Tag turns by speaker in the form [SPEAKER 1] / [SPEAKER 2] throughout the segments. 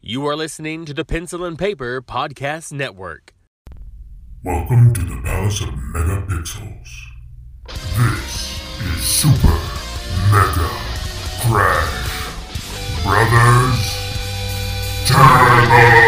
[SPEAKER 1] You are listening to the Pencil and Paper Podcast Network.
[SPEAKER 2] Welcome to the Palace of Megapixels. This is Super Mega Crash Brothers Turbo!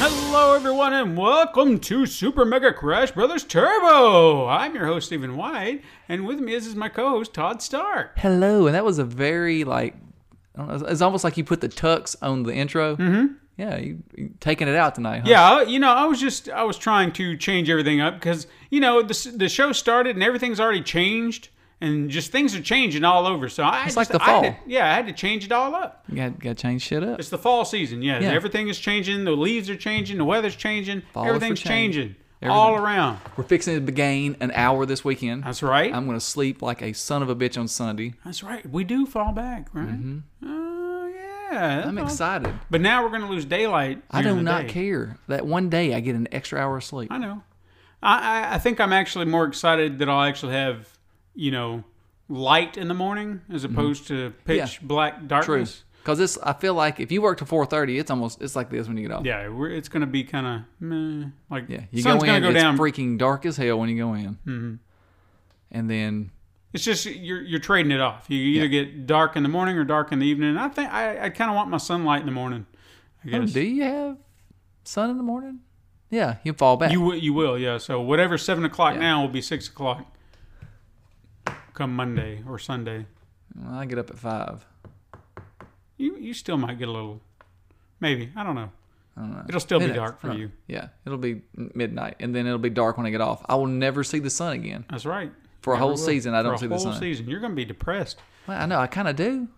[SPEAKER 3] Hello, everyone, and welcome to Super Mega Crash Brothers Turbo. I'm your host, Stephen White, and with me is, is my co host, Todd Stark.
[SPEAKER 4] Hello, and that was a very like, I don't know, it's almost like you put the tux on the intro. Mm-hmm. Yeah, you, you taking it out tonight. Huh?
[SPEAKER 3] Yeah, I- you know, I was just, I was trying to change everything up because, you know, the, s- the show started and everything's already changed, and just things are changing all over. So I
[SPEAKER 4] It's
[SPEAKER 3] just,
[SPEAKER 4] like the
[SPEAKER 3] I had
[SPEAKER 4] fall.
[SPEAKER 3] to- yeah, I had to change it all up.
[SPEAKER 4] you got got to change shit up.
[SPEAKER 3] It's the fall season. Yeah,
[SPEAKER 4] Yeah.
[SPEAKER 3] everything is changing. The leaves are changing. The weather's changing.
[SPEAKER 4] Fall for
[SPEAKER 3] everything's
[SPEAKER 4] change.
[SPEAKER 3] changing.
[SPEAKER 4] Everything.
[SPEAKER 3] All around.
[SPEAKER 4] We're fixing to begin an hour this weekend.
[SPEAKER 3] That's right.
[SPEAKER 4] I'm gonna sleep like a son of a bitch on Sunday.
[SPEAKER 3] That's right. We do fall back, right? Oh, yeah.
[SPEAKER 4] Mm-hmm. I'm
[SPEAKER 3] That's all-
[SPEAKER 4] excited.
[SPEAKER 3] But now we're going to lose daylight.
[SPEAKER 4] I
[SPEAKER 3] during
[SPEAKER 4] do
[SPEAKER 3] the
[SPEAKER 4] not
[SPEAKER 3] day.
[SPEAKER 4] care that one day I get an extra hour of sleep.
[SPEAKER 3] I know. I, I I think I'm actually more excited that I'll actually have you know light in the morning as opposed to pitch black
[SPEAKER 4] Mm-hmm. True,
[SPEAKER 3] darkness.
[SPEAKER 4] because it's I feel like if you work till four thirty, it's almost it's like this when you get off.
[SPEAKER 3] Yeah, we're, it's going to be kind of like
[SPEAKER 4] yeah. You
[SPEAKER 3] sun's
[SPEAKER 4] go
[SPEAKER 3] going
[SPEAKER 4] in,
[SPEAKER 3] to go
[SPEAKER 4] it's
[SPEAKER 3] down.
[SPEAKER 4] freaking dark as hell when you go in. Mm-hmm. And then
[SPEAKER 3] It's just you're you're trading it off. You either get dark in the morning or dark in the evening. And I think I, I kind of want my sunlight in the morning. I
[SPEAKER 4] Oh,
[SPEAKER 3] guess
[SPEAKER 4] do you have sun in the morning? Yeah, you fall back.
[SPEAKER 3] you wi- you will yeah. So whatever seven o'clock
[SPEAKER 4] Yeah.
[SPEAKER 3] now will be six o'clock come Monday or Sunday.
[SPEAKER 4] Well, I get up at five.
[SPEAKER 3] You you still might get a little, maybe I don't know.
[SPEAKER 4] I don't know.
[SPEAKER 3] It'll still be
[SPEAKER 4] Midnight.
[SPEAKER 3] dark for
[SPEAKER 4] Right.
[SPEAKER 3] you.
[SPEAKER 4] Yeah, it'll be m- midnight, and then it'll be dark when I get off. I will never see the sun again
[SPEAKER 3] That's right.
[SPEAKER 4] for a
[SPEAKER 3] Never
[SPEAKER 4] whole
[SPEAKER 3] will.
[SPEAKER 4] season. I
[SPEAKER 3] For
[SPEAKER 4] don't
[SPEAKER 3] a
[SPEAKER 4] see the
[SPEAKER 3] whole
[SPEAKER 4] sun.
[SPEAKER 3] season, you're gonna be depressed.
[SPEAKER 4] Well, I know I kind of do,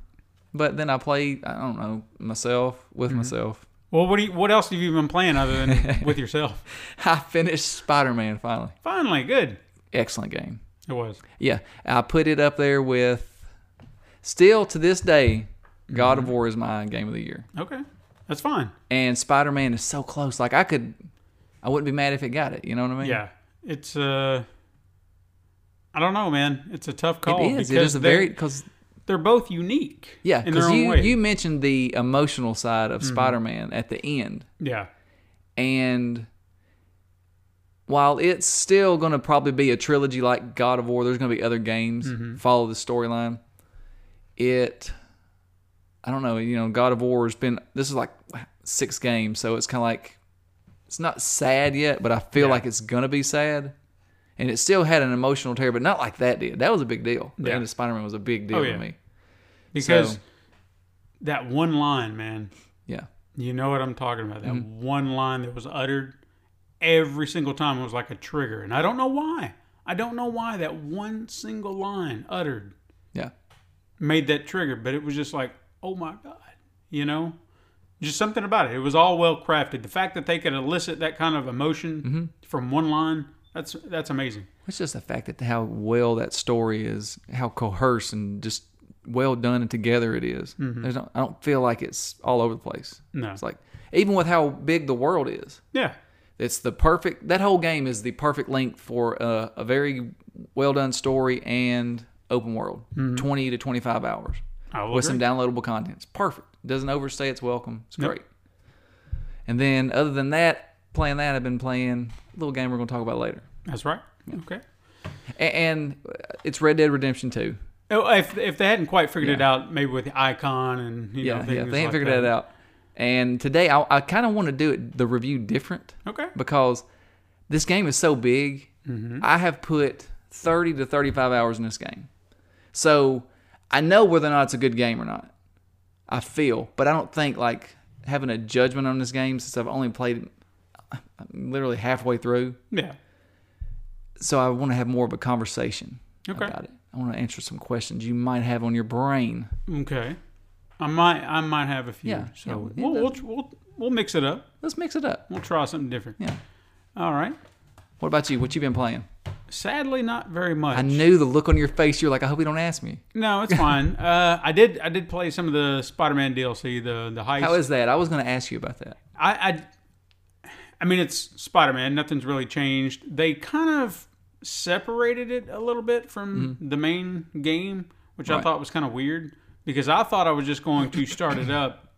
[SPEAKER 4] but then I play. I don't know myself with myself.
[SPEAKER 3] Well, what do you, what else have you been playing other than with yourself?
[SPEAKER 4] I finished Spider Man finally.
[SPEAKER 3] Finally, good.
[SPEAKER 4] Excellent game.
[SPEAKER 3] It was.
[SPEAKER 4] Yeah, I put it up there with. Still to this day, God of War is my game of the year.
[SPEAKER 3] Okay, that's fine.
[SPEAKER 4] and Spider Man is so close. Like I could, I wouldn't be mad if it got it. You know what I mean?
[SPEAKER 3] Yeah, it's uh, I don't know, man. It's a tough call.
[SPEAKER 4] it is. It
[SPEAKER 3] because
[SPEAKER 4] is a
[SPEAKER 3] they're-
[SPEAKER 4] very because
[SPEAKER 3] They're both unique.
[SPEAKER 4] yeah
[SPEAKER 3] in their
[SPEAKER 4] because
[SPEAKER 3] own
[SPEAKER 4] you
[SPEAKER 3] way. Mm-hmm.
[SPEAKER 4] you mentioned the emotional side of Spider Man at the end,
[SPEAKER 3] yeah,
[SPEAKER 4] and while it's still going to probably be a trilogy like God of War, there's going to be other games
[SPEAKER 3] Mm-hmm.
[SPEAKER 4] follow the storyline. It, I don't know. You know, God of War has been this is like six games, so it's kind of like it's not sad yet, but I feel like it's gonna be sad. And it still had an emotional tear, but not like that did. That was a big deal. The
[SPEAKER 3] Yeah.
[SPEAKER 4] end of Spider Man was a big deal
[SPEAKER 3] Oh, yeah.
[SPEAKER 4] to me.
[SPEAKER 3] because
[SPEAKER 4] So-
[SPEAKER 3] that one line, man.
[SPEAKER 4] Yeah.
[SPEAKER 3] You know what I'm talking about. That
[SPEAKER 4] Mm-hmm.
[SPEAKER 3] one line that was uttered every single time was like a trigger. And I don't know why. I don't know why that one single line uttered
[SPEAKER 4] Yeah.
[SPEAKER 3] made that trigger, but it was just like, oh my God, you know? Just something about it. It was all well crafted. The fact that they could elicit that kind of emotion
[SPEAKER 4] Mm-hmm.
[SPEAKER 3] from one line, that's that's amazing.
[SPEAKER 4] It's just the fact that how well that story is, how coherent and just well done and together it is.
[SPEAKER 3] Mm-hmm.
[SPEAKER 4] There's no, I don't feel like it's all over the place.
[SPEAKER 3] No.
[SPEAKER 4] It's like even with how big the world is,
[SPEAKER 3] Yeah.
[SPEAKER 4] it's the perfect. That whole game is the perfect length for a, a very well done story and open world, twenty to twenty five hours.
[SPEAKER 3] Mm-hmm. I will
[SPEAKER 4] with some
[SPEAKER 3] agree.
[SPEAKER 4] downloadable content. It's perfect. Doesn't overstay its welcome. It's
[SPEAKER 3] Nope.
[SPEAKER 4] great. And then other than that, playing that, I've been playing a little game we're going to talk about later.
[SPEAKER 3] That's right. Okay.
[SPEAKER 4] A- And, uh, it's Red Dead Redemption 2.
[SPEAKER 3] Oh, If, if they hadn't quite figured it out, maybe with the icon and you know,
[SPEAKER 4] Yeah, yeah.
[SPEAKER 3] things
[SPEAKER 4] They ain't
[SPEAKER 3] like
[SPEAKER 4] figured
[SPEAKER 3] that.
[SPEAKER 4] that out. And today I, I kind of want to do it the review different
[SPEAKER 3] Okay.
[SPEAKER 4] because this game is so big.
[SPEAKER 3] Mm-hmm.
[SPEAKER 4] I have put 30 to 35 hours in this game. So I know whether or not it's a good game or not. I feel, but I don't think like having a judgment on this game since I've only played I'm literally halfway through.
[SPEAKER 3] Yeah.
[SPEAKER 4] So I want to have more of a conversation
[SPEAKER 3] Okay.
[SPEAKER 4] about it. I want to answer some questions you might have on your brain.
[SPEAKER 3] Okay, I might I might have a few.
[SPEAKER 4] Yeah, yeah,
[SPEAKER 3] so
[SPEAKER 4] it
[SPEAKER 3] we'll, we'll we'll we'll mix it up.
[SPEAKER 4] Let's mix it up.
[SPEAKER 3] We'll try something different.
[SPEAKER 4] Yeah.
[SPEAKER 3] All right.
[SPEAKER 4] What about you? What you been playing?
[SPEAKER 3] Sadly, not very much.
[SPEAKER 4] I knew the look on your face. You're like, I hope he don't ask me.
[SPEAKER 3] No, it's fine. uh, I did. I did play some of the Spider-Man DLC. The the heist.
[SPEAKER 4] How is that? I was going to ask you about that.
[SPEAKER 3] I, I, I mean, it's Spider Man. Nothing's really changed. They kind of separated it a little bit from the main game, which I
[SPEAKER 4] Mm-hmm. Right.
[SPEAKER 3] thought was kind of weird because I thought I was just going to start it up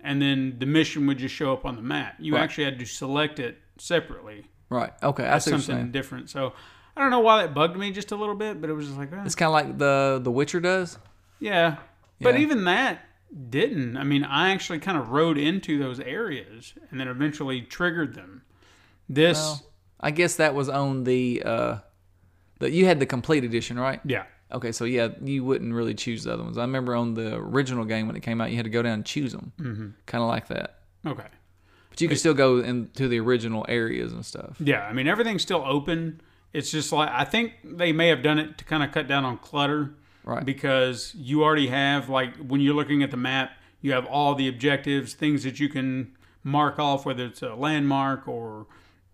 [SPEAKER 3] and then the mission would just show up on the map. You
[SPEAKER 4] Right.
[SPEAKER 3] actually had to select it separately,
[SPEAKER 4] Right. Okay. I see what you're
[SPEAKER 3] something
[SPEAKER 4] saying.
[SPEAKER 3] different. So I don't know why that bugged me just a little bit, but it was just like, eh,
[SPEAKER 4] It's kind of like the The Witcher does.
[SPEAKER 3] yeah. But
[SPEAKER 4] Yeah.
[SPEAKER 3] even that didn't. I mean, I actually kind of rode into those areas and then eventually triggered them. This.
[SPEAKER 4] I guess that was on the uh, that you had the complete edition, right?
[SPEAKER 3] Yeah.
[SPEAKER 4] Okay, so yeah, you wouldn't really choose the other ones. I remember on the original game when it came out, you had to go down and choose them, mm-hmm. kind of like that.
[SPEAKER 3] Okay.
[SPEAKER 4] But you could still go into the original areas and stuff.
[SPEAKER 3] Yeah. I mean, everything's still open. It's just like I think they may have done it to kind of cut down on clutter
[SPEAKER 4] Right.
[SPEAKER 3] because you already have like when you're looking at the map, you have all the objectives, things that you can mark off, whether it's a landmark or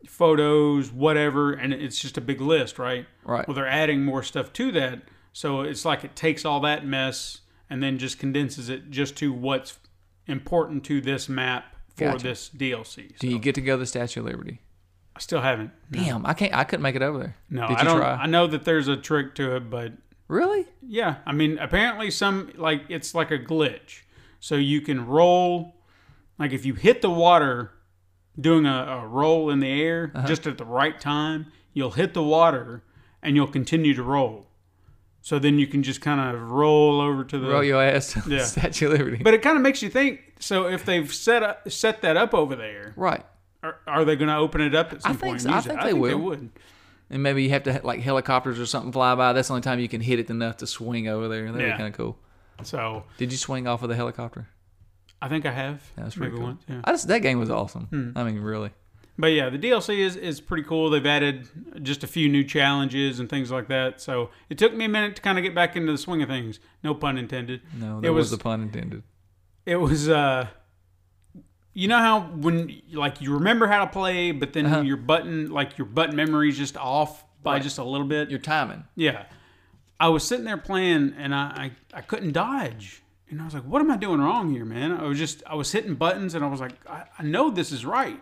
[SPEAKER 3] photos, whatever, and it's just a big list, right?
[SPEAKER 4] Right.
[SPEAKER 3] Well, they're adding more stuff to that, so it's like it takes all that mess and then just condenses it just to what's important to this map for
[SPEAKER 4] Gotcha.
[SPEAKER 3] this DLC.
[SPEAKER 4] Do you get to go to the Statue of Liberty?
[SPEAKER 3] I still haven't.
[SPEAKER 4] Damn, I can't. I couldn't make it over there.
[SPEAKER 3] No,
[SPEAKER 4] Did
[SPEAKER 3] I
[SPEAKER 4] you
[SPEAKER 3] don't.
[SPEAKER 4] try?
[SPEAKER 3] I know that there's a trick to it, but
[SPEAKER 4] Really?
[SPEAKER 3] yeah, I mean, apparently some like it's like a glitch, so you can roll. Like if you hit the water, doing a, a roll in the air
[SPEAKER 4] Uh-huh.
[SPEAKER 3] just at the right time, you'll hit the water and you'll continue to roll. So then you can just kind of roll over to the
[SPEAKER 4] Roll your ass to the
[SPEAKER 3] Yeah.
[SPEAKER 4] Statue of Liberty.
[SPEAKER 3] But it kind of makes you think. So if they've set up, set that up over there,
[SPEAKER 4] right.
[SPEAKER 3] are, are they going to open it up at some
[SPEAKER 4] think
[SPEAKER 3] point?
[SPEAKER 4] so.
[SPEAKER 3] and
[SPEAKER 4] I
[SPEAKER 3] use it?
[SPEAKER 4] think
[SPEAKER 3] I
[SPEAKER 4] they
[SPEAKER 3] think they
[SPEAKER 4] will.
[SPEAKER 3] would.
[SPEAKER 4] And maybe you have to like helicopters or something fly by. That's the only time you can hit it enough to swing over there. That'd
[SPEAKER 3] Yeah.
[SPEAKER 4] be kind of cool.
[SPEAKER 3] So
[SPEAKER 4] Did you swing off of the helicopter?
[SPEAKER 3] I think I have.
[SPEAKER 4] That's pretty
[SPEAKER 3] maybe
[SPEAKER 4] cool.
[SPEAKER 3] once, yeah.
[SPEAKER 4] I just that game was awesome.
[SPEAKER 3] Hmm.
[SPEAKER 4] I mean, really.
[SPEAKER 3] But yeah, the DLC is, is pretty cool. They've added just a few new challenges and things like that. So it took me a minute to kind of get back into the swing of things. No pun intended.
[SPEAKER 4] No,
[SPEAKER 3] it
[SPEAKER 4] there
[SPEAKER 3] was
[SPEAKER 4] was, a pun intended.
[SPEAKER 3] it was uh, you know how when like you remember how to play, but then
[SPEAKER 4] Uh-huh.
[SPEAKER 3] your button like your button memory's just off by just a little bit.
[SPEAKER 4] Your timing.
[SPEAKER 3] Yeah. I was sitting there playing and I, I, I couldn't dodge. And I was like, what am I doing wrong here, man? I was just, I was hitting buttons and I was like, I, I know this is right.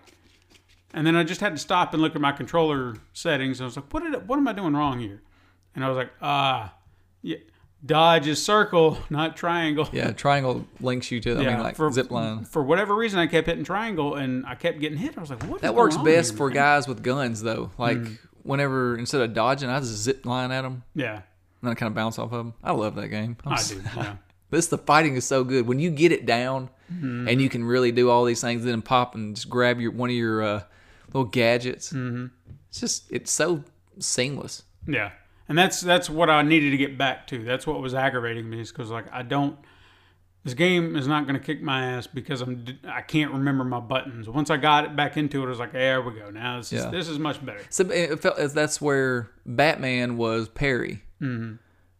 [SPEAKER 3] And then I just had to stop and look at my controller settings. I was like, what, did, I- what am I doing wrong here? And I was like, ah, yeah, dodge is circle, not triangle.
[SPEAKER 4] Yeah, triangle links you to. I mean, like
[SPEAKER 3] for,
[SPEAKER 4] zip line.
[SPEAKER 3] For whatever reason, I kept hitting triangle and I kept getting hit. I was like, what? is
[SPEAKER 4] That
[SPEAKER 3] going
[SPEAKER 4] works
[SPEAKER 3] on
[SPEAKER 4] best
[SPEAKER 3] here,
[SPEAKER 4] for
[SPEAKER 3] man?
[SPEAKER 4] guys with guns, though. Like
[SPEAKER 3] Hmm.
[SPEAKER 4] whenever instead of dodging, I just zip line at them
[SPEAKER 3] Yeah,
[SPEAKER 4] and then I kind of bounce off of them. I love that game. I'm
[SPEAKER 3] I
[SPEAKER 4] s-
[SPEAKER 3] do. Yeah.
[SPEAKER 4] This the fighting is so good when you get it down
[SPEAKER 3] Mm-hmm.
[SPEAKER 4] and you can really do all these things. Then pop and just grab your one of your uh, little gadgets. Mm-hmm. It's just it's so seamless.
[SPEAKER 3] Yeah, and that's that's what I needed to get back to. That's what was aggravating me is because like I don't. This game is not going to kick my ass because I'm d- I can't remember my buttons. Once I got it back into it, I was like, there we go. Now this is
[SPEAKER 4] Yeah.
[SPEAKER 3] this is much better.
[SPEAKER 4] So it felt as that's where Batman was parry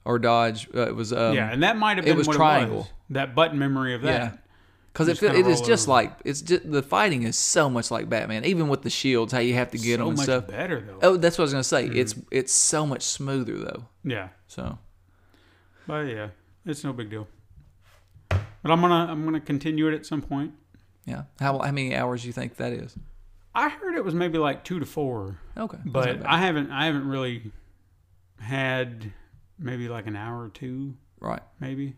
[SPEAKER 4] or dodge. Uh, it was um,
[SPEAKER 3] Mm-hmm. yeah, and that might have been
[SPEAKER 4] was
[SPEAKER 3] what it
[SPEAKER 4] triangle.
[SPEAKER 3] was. That button memory of that.
[SPEAKER 4] Yeah. Because it,
[SPEAKER 3] Just
[SPEAKER 4] feel,
[SPEAKER 3] kinda
[SPEAKER 4] it is
[SPEAKER 3] roll
[SPEAKER 4] just
[SPEAKER 3] over.
[SPEAKER 4] like it's just the fighting is so much like Batman, even with the shields, how you have to get them
[SPEAKER 3] So
[SPEAKER 4] and
[SPEAKER 3] much
[SPEAKER 4] stuff.
[SPEAKER 3] better Mm-hmm. though.
[SPEAKER 4] Oh, that's what I was gonna say. It's it's so much smoother though.
[SPEAKER 3] Yeah,
[SPEAKER 4] So
[SPEAKER 3] but yeah, it's no big deal. But I'm gonna I'm gonna continue it at some point.
[SPEAKER 4] yeah, how how many hours do you think that is?
[SPEAKER 3] I heard it was maybe like two to four.
[SPEAKER 4] Okay, that's not
[SPEAKER 3] but
[SPEAKER 4] bad.
[SPEAKER 3] I haven't I haven't really had maybe like an hour or two
[SPEAKER 4] right,
[SPEAKER 3] maybe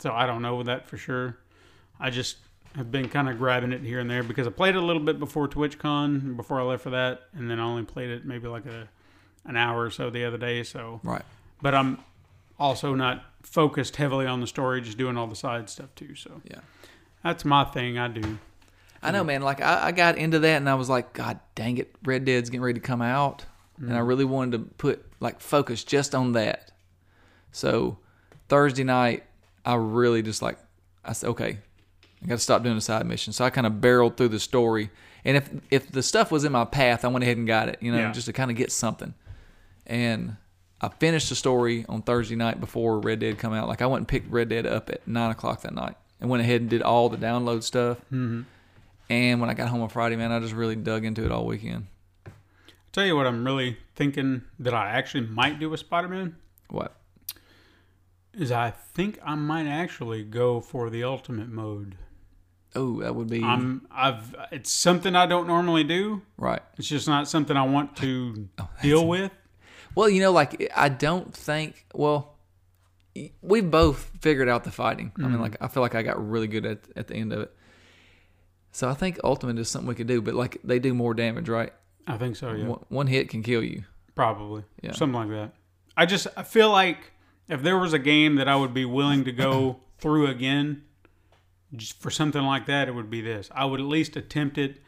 [SPEAKER 3] so I don't know that for sure I just have been kind of grabbing it here and there because I played it a little bit before TwitchCon before I left for that and then I only played it maybe like a an hour or so the other day so
[SPEAKER 4] right.
[SPEAKER 3] but I'm also not focused heavily on the story just doing all the side stuff too so
[SPEAKER 4] Yeah.
[SPEAKER 3] that's my thing I do
[SPEAKER 4] I know, man. Like I, I got into that and I was like, God dang it, Red Dead's getting ready to come out, and I really wanted to put like focus just on that. So Thursday night, I really just like I said, okay, I got to stop doing the side mission. So I kind of barreled through the story, and if if the stuff was in my path, I went ahead and got it, you know,
[SPEAKER 3] Yeah.
[SPEAKER 4] just to kind of get something. And I finished the story on Thursday night before Red Dead come out. Like I went and picked Red Dead up at nine o'clock that night, and went ahead and did all the download stuff. And when I got home on Friday, man, I just really dug into it all weekend.
[SPEAKER 3] Tell you what, I'm really thinking that I actually might do with Spider Man
[SPEAKER 4] What?
[SPEAKER 3] is I think I might actually go for the ultimate mode.
[SPEAKER 4] Oh, that would be
[SPEAKER 3] I'm I've it's something I don't normally do.
[SPEAKER 4] right.
[SPEAKER 3] It's just not something I want to deal with.
[SPEAKER 4] Well, you know, like I don't think. Well, we both figured out the fighting. I
[SPEAKER 3] Mm.
[SPEAKER 4] mean, like I feel like I got really good at at the end of it. So I think ultimate is something we could do, but like they do more damage, right?
[SPEAKER 3] I think so, yeah.
[SPEAKER 4] One, one hit can kill you.
[SPEAKER 3] Probably.
[SPEAKER 4] Yeah.
[SPEAKER 3] Something like that. I just I feel like if there was a game that I would be willing to go through again just for something like that, it would be this. I would at least attempt it,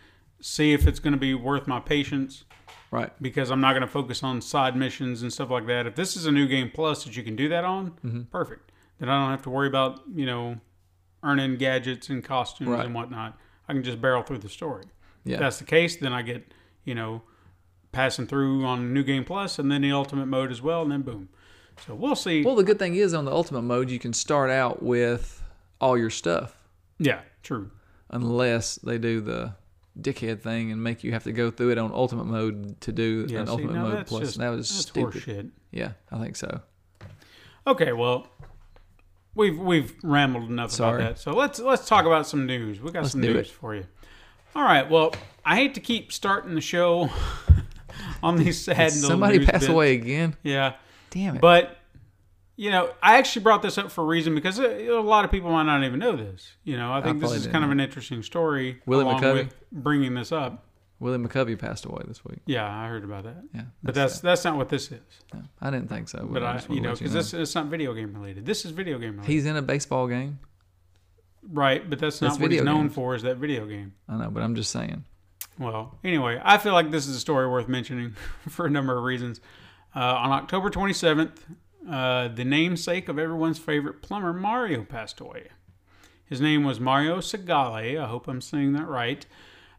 [SPEAKER 3] see if it's going to be worth my patience
[SPEAKER 4] Right.
[SPEAKER 3] because I'm not going to focus on side missions and stuff like that. If this is a new game plus that you can do that on,
[SPEAKER 4] Mm-hmm.
[SPEAKER 3] perfect. Then I don't have to worry about, you know, earning gadgets and costumes
[SPEAKER 4] Right.
[SPEAKER 3] and whatnot. I can just barrel through the story.
[SPEAKER 4] Yeah.
[SPEAKER 3] If that's the case, then I get, you know, passing through on New Game Plus and then the Ultimate Mode as well, and then boom. So we'll see.
[SPEAKER 4] well, the good thing is on the ultimate mode, you can start out with all your stuff,
[SPEAKER 3] yeah, true.
[SPEAKER 4] unless they do the dickhead thing and make you have to go through it on ultimate mode to do
[SPEAKER 3] Yeah,
[SPEAKER 4] an
[SPEAKER 3] see,
[SPEAKER 4] ultimate
[SPEAKER 3] now
[SPEAKER 4] mode
[SPEAKER 3] that's
[SPEAKER 4] plus.
[SPEAKER 3] just
[SPEAKER 4] that was
[SPEAKER 3] that's
[SPEAKER 4] stupid.
[SPEAKER 3] horseshit.
[SPEAKER 4] Yeah, I think so.
[SPEAKER 3] Okay, well, we've we've rambled enough
[SPEAKER 4] Sorry.
[SPEAKER 3] about that. So let's let's talk about some news. We got some
[SPEAKER 4] do
[SPEAKER 3] news
[SPEAKER 4] it.
[SPEAKER 3] for you. All right. Well, I hate to keep starting the show on these sad. little
[SPEAKER 4] Somebody
[SPEAKER 3] news
[SPEAKER 4] pass
[SPEAKER 3] bits.
[SPEAKER 4] away again.
[SPEAKER 3] Yeah,
[SPEAKER 4] Damn it.
[SPEAKER 3] but you know, I actually brought this up for a reason because uh, a, a lot of people might not even know this. You know, I think this
[SPEAKER 4] probably
[SPEAKER 3] is
[SPEAKER 4] didn't
[SPEAKER 3] kind of an interesting story.
[SPEAKER 4] Willie
[SPEAKER 3] along
[SPEAKER 4] McCovey?
[SPEAKER 3] with bringing this up.
[SPEAKER 4] Willie McCovey passed away this week.
[SPEAKER 3] Yeah, I heard about that.
[SPEAKER 4] Yeah,
[SPEAKER 3] But that's that's not what this is.
[SPEAKER 4] no, I didn't think so.
[SPEAKER 3] But I,
[SPEAKER 4] just
[SPEAKER 3] you
[SPEAKER 4] wanna
[SPEAKER 3] know,
[SPEAKER 4] let
[SPEAKER 3] because this it's not video game related. This is video game related.
[SPEAKER 4] he's in a baseball game.
[SPEAKER 3] Right, but that's not
[SPEAKER 4] That's
[SPEAKER 3] what he's
[SPEAKER 4] video
[SPEAKER 3] known
[SPEAKER 4] games.
[SPEAKER 3] for is that video game.
[SPEAKER 4] I know, but I'm just saying.
[SPEAKER 3] Well, anyway, I feel like this is a story worth mentioning for a number of reasons. Uh, on October 27th, uh, the namesake of everyone's favorite plumber, Mario, passed away. His name was Mario Segale. I hope I'm saying that right.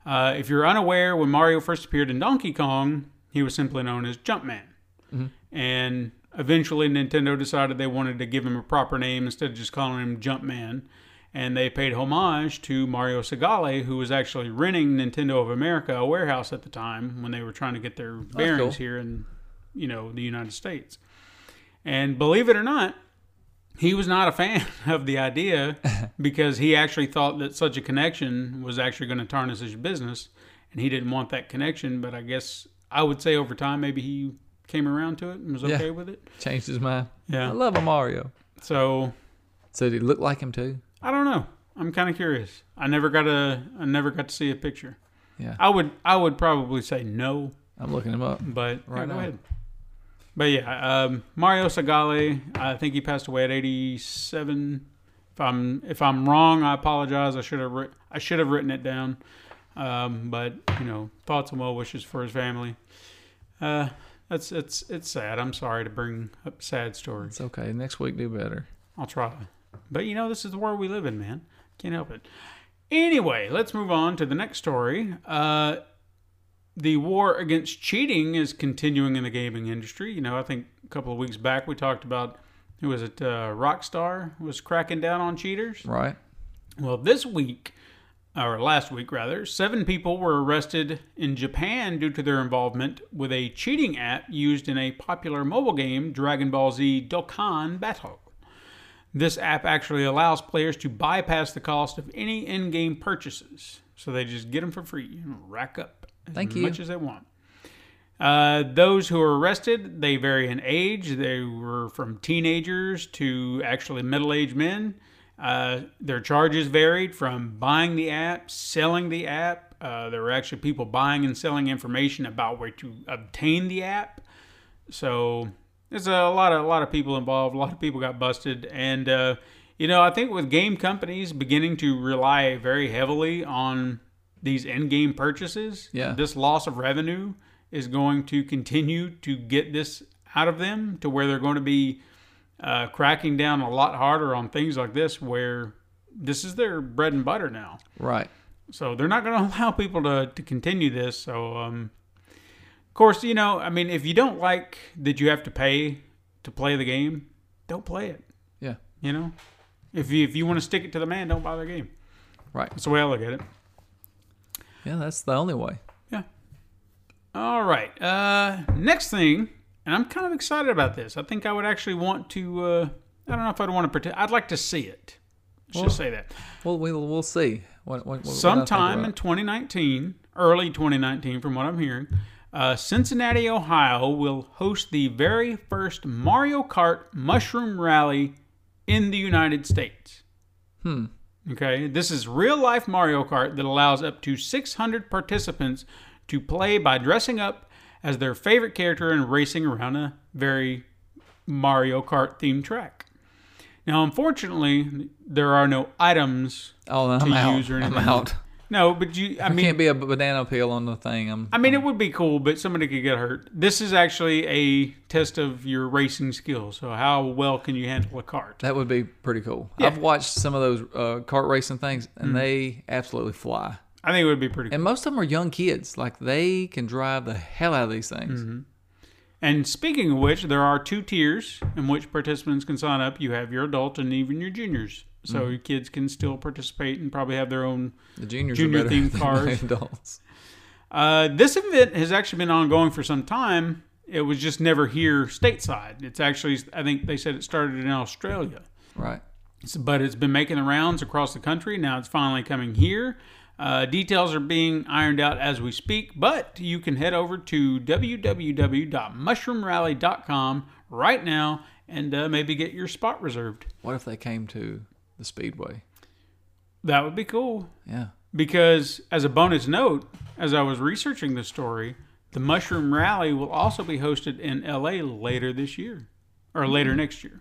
[SPEAKER 3] Uh, if you're unaware, when Mario first appeared in Donkey Kong, he was simply known as Jumpman. And eventually, Nintendo decided they wanted to give him a proper name instead of just calling him Jumpman. And they paid homage to Mario Segale, who was actually renting Nintendo of America a warehouse at the time when they were trying to get their bearings
[SPEAKER 4] cool.
[SPEAKER 3] here in, you know, the United States. And believe it or not, he was not a fan of the idea because he actually thought that such a connection was actually going to tarnish his business and he didn't want that connection but i guess i would say over time maybe he came around to it and was
[SPEAKER 4] Yeah.
[SPEAKER 3] okay with it
[SPEAKER 4] Changed his mind. I
[SPEAKER 3] yeah
[SPEAKER 4] love a Mario.
[SPEAKER 3] so
[SPEAKER 4] So did he look like him too?
[SPEAKER 3] i don't know i'm kind of curious i never got a i never got to see a picture
[SPEAKER 4] Yeah.
[SPEAKER 3] i would i would probably say no
[SPEAKER 4] I'm looking him up.
[SPEAKER 3] but yeah,
[SPEAKER 4] Right
[SPEAKER 3] go
[SPEAKER 4] on.
[SPEAKER 3] ahead but yeah um, mario sagale i think he passed away at 87 if i'm if i'm wrong i apologize i should have writ- i should have written it down um, but you know thoughts and well wishes for his family uh that's it's it's sad i'm sorry to bring up sad stories
[SPEAKER 4] It's okay. Next week, do better.
[SPEAKER 3] I'll try. But you know, this is the world we live in, man. Can't help it. Anyway, let's move on to the next story. Uh, the war against cheating is continuing in the gaming industry. You know, I think a couple of weeks back we talked about who was it? Uh, Rockstar was cracking down on cheaters.
[SPEAKER 4] Right?
[SPEAKER 3] Well, this week, or last week rather, seven people were arrested in Japan due to their involvement with a cheating app used in a popular mobile game, Dragon Ball Z Dokkan Battle. This app actually allows players to bypass the cost of any in game purchases. So they just get them for free and rack up as
[SPEAKER 4] Thank you.
[SPEAKER 3] much as they want. Uh, those who were arrested, they vary in age. They were from teenagers to actually middle aged men. Uh, their charges varied from buying the app, selling the app. Uh, there were actually people buying and selling information about where to obtain the app. So there's a lot of a lot of people involved. A lot of people got busted, and uh, you know I think with game companies beginning to rely very heavily on these in-game purchases,
[SPEAKER 4] Yeah.
[SPEAKER 3] this loss of revenue is going to continue to get this out of them to where they're going to be uh, cracking down a lot harder on things like this, where this is their bread and butter now.
[SPEAKER 4] Right.
[SPEAKER 3] So they're not going to allow people to, to continue this. So, um, of course, you know, I mean, if you don't like that you have to pay to play the game, don't play it.
[SPEAKER 4] Yeah.
[SPEAKER 3] You know, if you, if you want to stick it to the man, don't buy the game.
[SPEAKER 4] Right.
[SPEAKER 3] That's the way I look at it.
[SPEAKER 4] Yeah, that's the only way.
[SPEAKER 3] Yeah. All right. Uh, next thing, and I'm kind of excited about this. I think I would actually want to. Uh, I don't know if I'd want to pretend. I'd like to see it. Let's just say that.
[SPEAKER 4] Well, we'll we'll see. What, what, what- what I think
[SPEAKER 3] Sometime
[SPEAKER 4] about
[SPEAKER 3] in
[SPEAKER 4] it.
[SPEAKER 3] 2019, early 2019, from what I'm hearing, uh, Cincinnati, Ohio will host the very first Mario Kart Mushroom Rally in the United States. Hmm. Okay, this is real life Mario Kart that allows up to 600 participants to play by dressing up as their favorite character and racing around a very Mario Kart themed track. Now, unfortunately, there are no items
[SPEAKER 4] oh, I'm
[SPEAKER 3] to
[SPEAKER 4] out.
[SPEAKER 3] use or
[SPEAKER 4] I'm
[SPEAKER 3] anything.
[SPEAKER 4] out.
[SPEAKER 3] no, but you, I
[SPEAKER 4] I
[SPEAKER 3] mean,
[SPEAKER 4] can't be a banana peel on the thing. I'm
[SPEAKER 3] I mean, it would be cool, but somebody could get hurt. This is actually a test of your racing skills. So, how well can you handle a cart?
[SPEAKER 4] That would be pretty cool. I've watched some of those uh, kart racing things,
[SPEAKER 3] Hmm.
[SPEAKER 4] and they absolutely fly.
[SPEAKER 3] I think it would be pretty cool.
[SPEAKER 4] And most of them are young kids; like they can drive the hell out of these things.
[SPEAKER 3] Mm-hmm. And speaking of which, there are two tiers in which participants can sign up. You have your adult and even your juniors. So, your kids can still participate and probably have their own
[SPEAKER 4] The juniors
[SPEAKER 3] Junior
[SPEAKER 4] are better
[SPEAKER 3] themed
[SPEAKER 4] than
[SPEAKER 3] cars.
[SPEAKER 4] the adults.
[SPEAKER 3] Uh, this event has actually been ongoing for some time. It was just never here stateside. It's actually, I think they said it started in Australia,
[SPEAKER 4] Right.
[SPEAKER 3] It's- but it's been making the rounds across the country. Now it's finally coming here. Uh, details are being ironed out as we speak, but you can head over to www.mushroomrally.com right now and uh, maybe get your spot reserved.
[SPEAKER 4] What if they came to the speedway?
[SPEAKER 3] That would be cool.
[SPEAKER 4] Yeah.
[SPEAKER 3] because as a bonus note as i was researching this story the mushroom rally will also be hosted in la later this year or later next year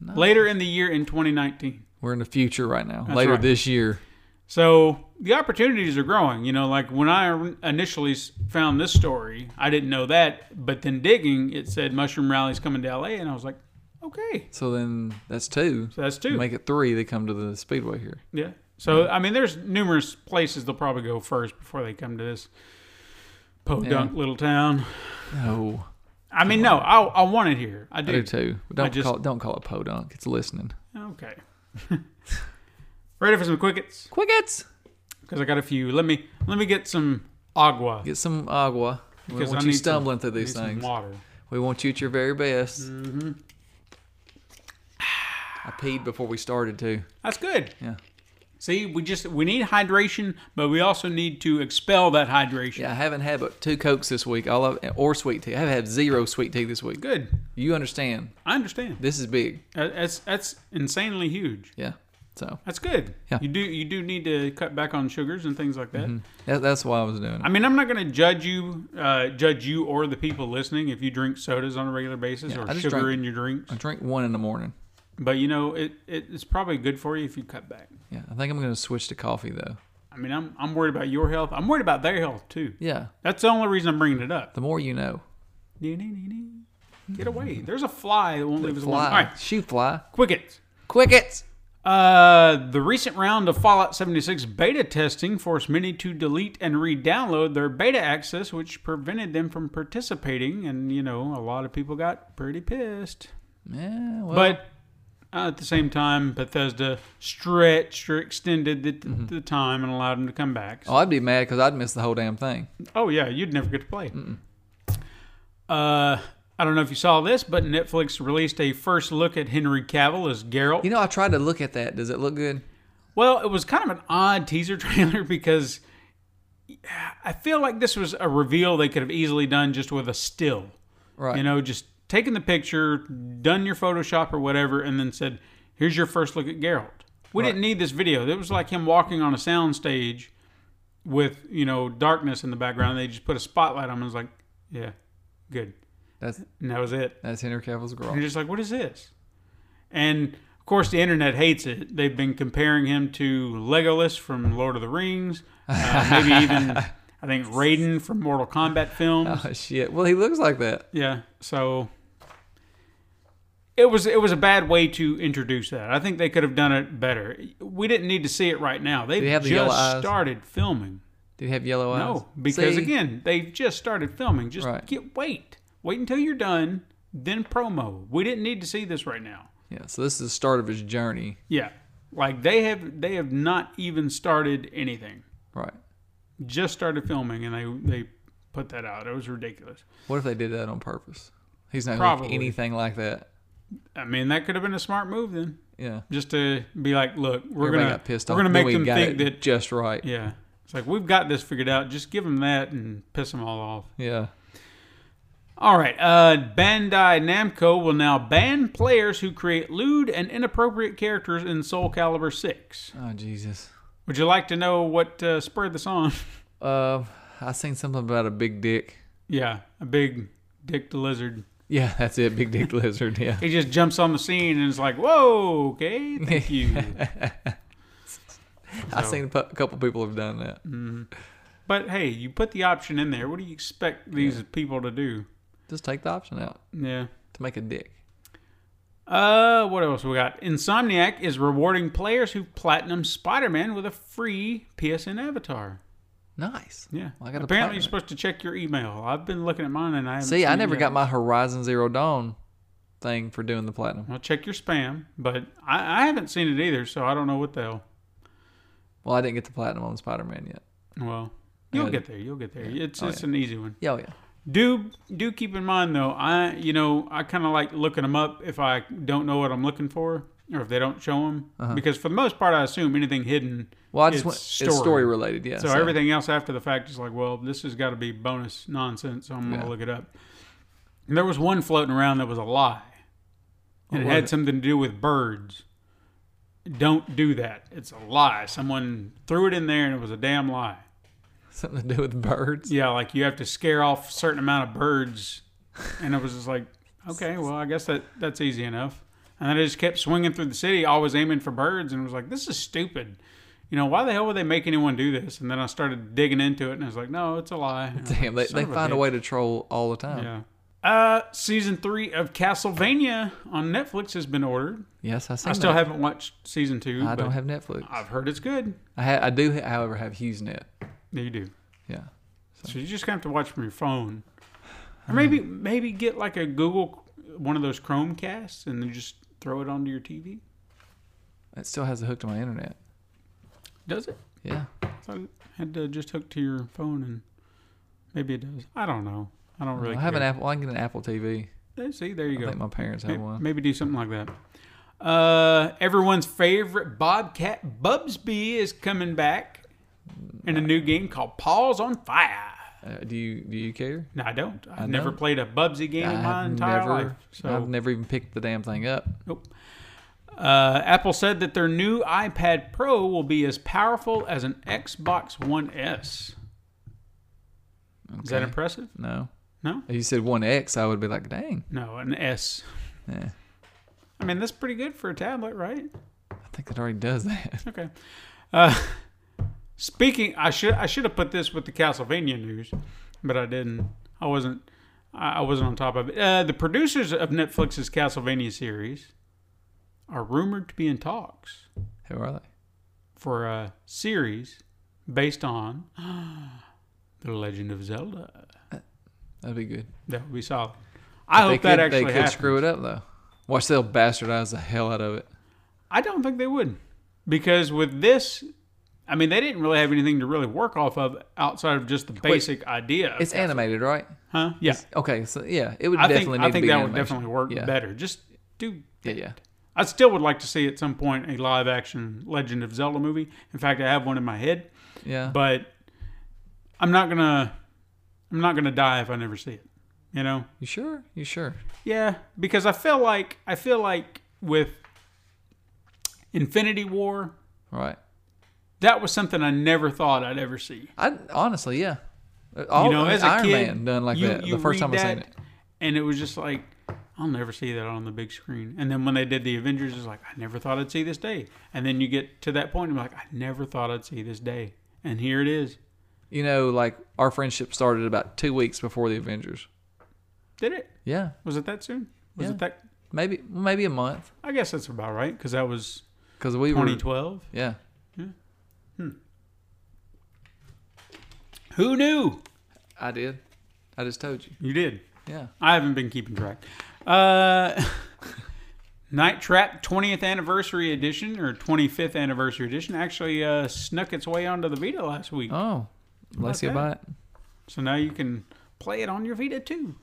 [SPEAKER 3] later in the year in 2019
[SPEAKER 4] We're in the future right now. Later
[SPEAKER 3] right.
[SPEAKER 4] this year.
[SPEAKER 3] so the opportunities are growing you know like when i initially s- found this story i didn't know that but then digging it said mushroom rally's coming to la and i was like okay
[SPEAKER 4] So then that's two.
[SPEAKER 3] so that's two
[SPEAKER 4] Make it three. They come to the speedway here.
[SPEAKER 3] Yeah. So I mean, there's numerous places they'll probably go first before they come to this podunk little town.
[SPEAKER 4] No,
[SPEAKER 3] I mean, no, I, I want it here. I do.
[SPEAKER 4] I do too. But don't
[SPEAKER 3] just-
[SPEAKER 4] call it, don't call it podunk. It's listening.
[SPEAKER 3] Okay. Ready for some quickets?
[SPEAKER 4] Quickets.
[SPEAKER 3] Because I got a few. Let me let me get some agua.
[SPEAKER 4] Get some agua. We
[SPEAKER 3] Because
[SPEAKER 4] don't want
[SPEAKER 3] I
[SPEAKER 4] you
[SPEAKER 3] need some-
[SPEAKER 4] stumbling through these
[SPEAKER 3] Need Mm-hmm. some
[SPEAKER 4] things.
[SPEAKER 3] water.
[SPEAKER 4] We want you at your very best. I peed before we started too.
[SPEAKER 3] That's good.
[SPEAKER 4] Yeah.
[SPEAKER 3] See, we just we need hydration, but we also need to expel that hydration.
[SPEAKER 4] Yeah, I haven't had but two cokes this week. All of or sweet tea. I have had zero sweet tea this week.
[SPEAKER 3] Good.
[SPEAKER 4] You understand?
[SPEAKER 3] I understand.
[SPEAKER 4] This is big.
[SPEAKER 3] Uh, That's that's insanely huge.
[SPEAKER 4] Yeah. So
[SPEAKER 3] That's good.
[SPEAKER 4] Yeah. Mm-hmm.
[SPEAKER 3] You do you do need to cut back on sugars and things like that.
[SPEAKER 4] that, that's why I was doing
[SPEAKER 3] I
[SPEAKER 4] it.
[SPEAKER 3] mean, I'm not going to judge you, uh, judge you or the people listening if you drink sodas on a regular basis
[SPEAKER 4] Yeah,
[SPEAKER 3] or
[SPEAKER 4] I just
[SPEAKER 3] sugar
[SPEAKER 4] drank-
[SPEAKER 3] in your drinks.
[SPEAKER 4] I drink one in the morning.
[SPEAKER 3] But you know, it, it it's probably good for you if you cut back.
[SPEAKER 4] Yeah, I think I'm gonna switch to coffee though.
[SPEAKER 3] I mean, I'm I'm worried about your health. I'm worried about their health too.
[SPEAKER 4] Yeah,
[SPEAKER 3] That's the only reason I'm bringing it up.
[SPEAKER 4] the more you know.
[SPEAKER 3] Get away! There's a fly that won't leave us alone. All
[SPEAKER 4] Fly,
[SPEAKER 3] right,
[SPEAKER 4] shoot fly,
[SPEAKER 3] quickets.
[SPEAKER 4] quickets.
[SPEAKER 3] Uh, the recent round of Fallout 76 beta testing forced many to delete and re-download their beta access, which prevented them from participating. And you know, a lot of people got pretty pissed.
[SPEAKER 4] Yeah, well,
[SPEAKER 3] But uh, at the same time, Bethesda stretched or extended the,
[SPEAKER 4] Mm-hmm.
[SPEAKER 3] the time and allowed them to come back.
[SPEAKER 4] oh, I'd be mad because I'd miss the whole damn thing.
[SPEAKER 3] Oh yeah, you'd never get to play. Uh, I don't know if you saw this, but Netflix released a first look at Henry Cavill as Geralt.
[SPEAKER 4] You know, I tried to look at that. Does it look good?
[SPEAKER 3] Well, it was kind of an odd teaser trailer because I feel like this was a reveal they could have easily done just with a still.
[SPEAKER 4] Right.
[SPEAKER 3] You know, just taking the picture, done your Photoshop or whatever, and then said, "Here's your first look at Geralt." We didn't need this video. It was like him walking on a soundstage with you know darkness in the background. They just put a spotlight on him. and was like, "Yeah, good,"
[SPEAKER 4] That's
[SPEAKER 3] and that was it.
[SPEAKER 4] that's Henry Cavill's
[SPEAKER 3] And
[SPEAKER 4] garage.
[SPEAKER 3] you're just like, what is this? And of course, the internet hates it. They've been comparing him to Legolas from Lord of the Rings, uh, maybe even I think Raiden from Mortal Kombat films.
[SPEAKER 4] Oh shit! Well, he looks like that.
[SPEAKER 3] Yeah, so it was it was a bad way to introduce that. I think they could have done it better. We didn't need to see it right now. They
[SPEAKER 4] you have the yellow
[SPEAKER 3] just
[SPEAKER 4] eyes?
[SPEAKER 3] started filming.
[SPEAKER 4] Did he have yellow eyes?
[SPEAKER 3] No, because
[SPEAKER 4] See?
[SPEAKER 3] again, they've just started filming. Just
[SPEAKER 4] Right.
[SPEAKER 3] get wait, wait until you're done, then promo. We didn't need to see this right now.
[SPEAKER 4] Yeah. So this is the start of his journey,
[SPEAKER 3] Yeah. Like they have they have not even started anything.
[SPEAKER 4] right?
[SPEAKER 3] Just started filming and they they put that out. It was ridiculous.
[SPEAKER 4] What if they did that on purpose? He's not gonna look
[SPEAKER 3] Probably.
[SPEAKER 4] anything like that.
[SPEAKER 3] I mean, that could have been a smart move then,
[SPEAKER 4] Yeah.
[SPEAKER 3] just to be like, look, we're
[SPEAKER 4] Everybody
[SPEAKER 3] gonna
[SPEAKER 4] got pissed
[SPEAKER 3] we're
[SPEAKER 4] off.
[SPEAKER 3] gonna
[SPEAKER 4] Then
[SPEAKER 3] make
[SPEAKER 4] we
[SPEAKER 3] them
[SPEAKER 4] got
[SPEAKER 3] think
[SPEAKER 4] it
[SPEAKER 3] that
[SPEAKER 4] just right. Yeah.
[SPEAKER 3] yeah. It's like we've got this figured out. Just give them that and piss them all off. All right. Uh, Bandai Namco will now ban players who create lewd and inappropriate characters in Soul Calibur 6.
[SPEAKER 4] Oh Jesus.
[SPEAKER 3] Would you like to know what uh, spurred this on?
[SPEAKER 4] Uh, I seen something about a big dick.
[SPEAKER 3] yeah, a big dick to lizard.
[SPEAKER 4] Yeah, that's it. Big dick lizard. Yeah.
[SPEAKER 3] He just jumps on the scene and is like, "Whoa, okay, thank you."
[SPEAKER 4] I seen a pu- couple people have done that.
[SPEAKER 3] Mm. but hey, you put the option in there. What do you expect these people to do?
[SPEAKER 4] Just take the option out
[SPEAKER 3] Yeah.
[SPEAKER 4] to make a dick.
[SPEAKER 3] Uh, what else we got? Insomniac is rewarding players who platinum Spider-Man with a free PSN avatar.
[SPEAKER 4] Nice.
[SPEAKER 3] Yeah.
[SPEAKER 4] Well, I got a
[SPEAKER 3] Apparently,
[SPEAKER 4] platinum.
[SPEAKER 3] you're supposed to check your email. I've been looking at mine and I haven't
[SPEAKER 4] See, I
[SPEAKER 3] seen
[SPEAKER 4] never
[SPEAKER 3] it.
[SPEAKER 4] got my Horizon Zero Dawn thing for doing the platinum.
[SPEAKER 3] Well, check your spam, but I, I haven't seen it either, so I don't know what the hell.
[SPEAKER 4] Well, I didn't get the platinum on Spider Man yet.
[SPEAKER 3] Well, you'll
[SPEAKER 4] Yeah.
[SPEAKER 3] get there. You'll get there. It's
[SPEAKER 4] Oh,
[SPEAKER 3] it's
[SPEAKER 4] yeah.
[SPEAKER 3] an easy one.
[SPEAKER 4] Yeah, oh, yeah.
[SPEAKER 3] Do do keep in mind though, I you know I kind of like looking them up if I don't know what I'm looking for or if they don't show them because for the most part I assume anything hidden.
[SPEAKER 4] Uh-huh. Well, I just
[SPEAKER 3] it's
[SPEAKER 4] went. It's story related. Yeah.
[SPEAKER 3] So everything else after the fact is like, well, this has got to be bonus nonsense. So I'm
[SPEAKER 4] Yeah.
[SPEAKER 3] gonna look it up. And there was one floating around that was a lie, and it
[SPEAKER 4] What was
[SPEAKER 3] had
[SPEAKER 4] it?
[SPEAKER 3] something to do with birds. Don't do that. It's a lie. Someone threw it in there, and it was a damn lie.
[SPEAKER 4] something to do with birds.
[SPEAKER 3] Yeah, like you have to scare off a certain amount of birds, and it was just like, okay, well, I guess that that's easy enough. And then I just kept swinging through the city, always aiming for birds, and was like, this is stupid. You know, why the hell would they make anyone do this? And then I started digging into it, and I was like, no, it's a lie. And I was
[SPEAKER 4] Damn, they,
[SPEAKER 3] like,
[SPEAKER 4] they
[SPEAKER 3] "Son of
[SPEAKER 4] find a
[SPEAKER 3] bitch."
[SPEAKER 4] way to troll all the time.
[SPEAKER 3] Yeah. Uh, season three of Castlevania on Netflix has been ordered.
[SPEAKER 4] Yes, I see.
[SPEAKER 3] I still haven't watched season two.
[SPEAKER 4] I
[SPEAKER 3] but
[SPEAKER 4] don't have Netflix.
[SPEAKER 3] I've heard it's good.
[SPEAKER 4] I, ha- I do, however, have HughesNet.
[SPEAKER 3] Yeah, you do.
[SPEAKER 4] Yeah.
[SPEAKER 3] So you just gonna have to watch from your phone, or maybe maybe get like a Google one of those Chromecasts and then just throw it onto your TV.
[SPEAKER 4] It still has a hook to my internet.
[SPEAKER 3] Does it?
[SPEAKER 4] Yeah.
[SPEAKER 3] I thought it had to just hook to your phone and maybe it does. I don't know. I don't really.
[SPEAKER 4] I have
[SPEAKER 3] care.
[SPEAKER 4] an Apple. I can get an Apple TV.
[SPEAKER 3] Eh, See, there you
[SPEAKER 4] I
[SPEAKER 3] go.
[SPEAKER 4] think my parents
[SPEAKER 3] May-
[SPEAKER 4] have one.
[SPEAKER 3] Maybe do something like that. Uh, everyone's favorite Bobcat Bubsby is coming back in a new
[SPEAKER 4] Mm.
[SPEAKER 3] game called Paws on Fire.
[SPEAKER 4] Uh, do you do you care?
[SPEAKER 3] No, I don't. I've
[SPEAKER 4] I
[SPEAKER 3] never
[SPEAKER 4] know.
[SPEAKER 3] played a Bubsy game in my
[SPEAKER 4] have
[SPEAKER 3] entire
[SPEAKER 4] never,
[SPEAKER 3] life. So
[SPEAKER 4] I've never even picked the damn thing up.
[SPEAKER 3] Nope. Uh, Apple said that their new iPad Pro will be as powerful as an Xbox One S. Is that
[SPEAKER 4] Okay.
[SPEAKER 3] impressive?
[SPEAKER 4] No.
[SPEAKER 3] No?
[SPEAKER 4] If you said one X, I would be like, dang.
[SPEAKER 3] No, an S.
[SPEAKER 4] Yeah.
[SPEAKER 3] I mean, that's pretty good for a tablet, right?
[SPEAKER 4] I think it already does that.
[SPEAKER 3] Okay. Uh, speaking, I should I should have put this with the Castlevania news, but I didn't. I wasn't. I I wasn't on top of it. Uh, the producers of Netflix's Castlevania series are rumored to be in talks.
[SPEAKER 4] Who are they?
[SPEAKER 3] for a series based on The Legend of Zelda.
[SPEAKER 4] That'd be good.
[SPEAKER 3] That would be solid. I
[SPEAKER 4] they
[SPEAKER 3] hope
[SPEAKER 4] could,
[SPEAKER 3] that actually
[SPEAKER 4] they could
[SPEAKER 3] happens.
[SPEAKER 4] screw it up though. Watch they'll bastardize the hell out of it.
[SPEAKER 3] I don't think they would, because with this, I mean, they didn't really have anything to really work off of outside of just the basic idea. of
[SPEAKER 4] It's
[SPEAKER 3] Castle-
[SPEAKER 4] animated, right?
[SPEAKER 3] huh? Yeah,
[SPEAKER 4] Okay, so yeah, it would
[SPEAKER 3] I think
[SPEAKER 4] definitely need
[SPEAKER 3] I
[SPEAKER 4] to
[SPEAKER 3] think
[SPEAKER 4] be
[SPEAKER 3] that
[SPEAKER 4] animation.
[SPEAKER 3] would definitely work
[SPEAKER 4] yeah.
[SPEAKER 3] better. Just do.
[SPEAKER 4] Yeah, yeah.
[SPEAKER 3] I still would like to see at some point a live action Legend of Zelda movie. In fact, I have one in my head,
[SPEAKER 4] Yeah.
[SPEAKER 3] but I'm not gonna I'm not gonna die if I never see it. You know.
[SPEAKER 4] you sure? You sure?
[SPEAKER 3] Yeah, because I feel like I feel like with Infinity War,
[SPEAKER 4] All right.
[SPEAKER 3] that was something I never thought I'd ever see.
[SPEAKER 4] I honestly, yeah. Uh, All,
[SPEAKER 3] you know,
[SPEAKER 4] I mean,
[SPEAKER 3] as a
[SPEAKER 4] Iron
[SPEAKER 3] kid,
[SPEAKER 4] Man done like
[SPEAKER 3] you-
[SPEAKER 4] that.
[SPEAKER 3] you
[SPEAKER 4] the first
[SPEAKER 3] read
[SPEAKER 4] time I seen
[SPEAKER 3] that,
[SPEAKER 4] it.
[SPEAKER 3] and it was just like I'll never see that on the big screen. And then when they did the Avengers, it's like I never thought I'd see this day. And then you get to that point, and I'm like, I never thought I'd see this day, and here it is.
[SPEAKER 4] You know, like our friendship started about two weeks before the Avengers.
[SPEAKER 3] Did it?
[SPEAKER 4] Yeah,
[SPEAKER 3] Was it that soon? Was
[SPEAKER 4] Yeah.
[SPEAKER 3] it that?
[SPEAKER 4] maybe maybe a month
[SPEAKER 3] I guess that's about right because that was
[SPEAKER 4] because we were
[SPEAKER 3] 2012.
[SPEAKER 4] yeah.
[SPEAKER 3] Who knew?
[SPEAKER 4] I did. I just told you.
[SPEAKER 3] You did.
[SPEAKER 4] Yeah.
[SPEAKER 3] I haven't been keeping track. Uh, Night Trap 20th Anniversary Edition or 25th Anniversary Edition actually uh, snuck its way onto the Vita last week.
[SPEAKER 4] Oh, Lacy
[SPEAKER 3] bad.
[SPEAKER 4] about it.
[SPEAKER 3] So now you can play it on your Vita too.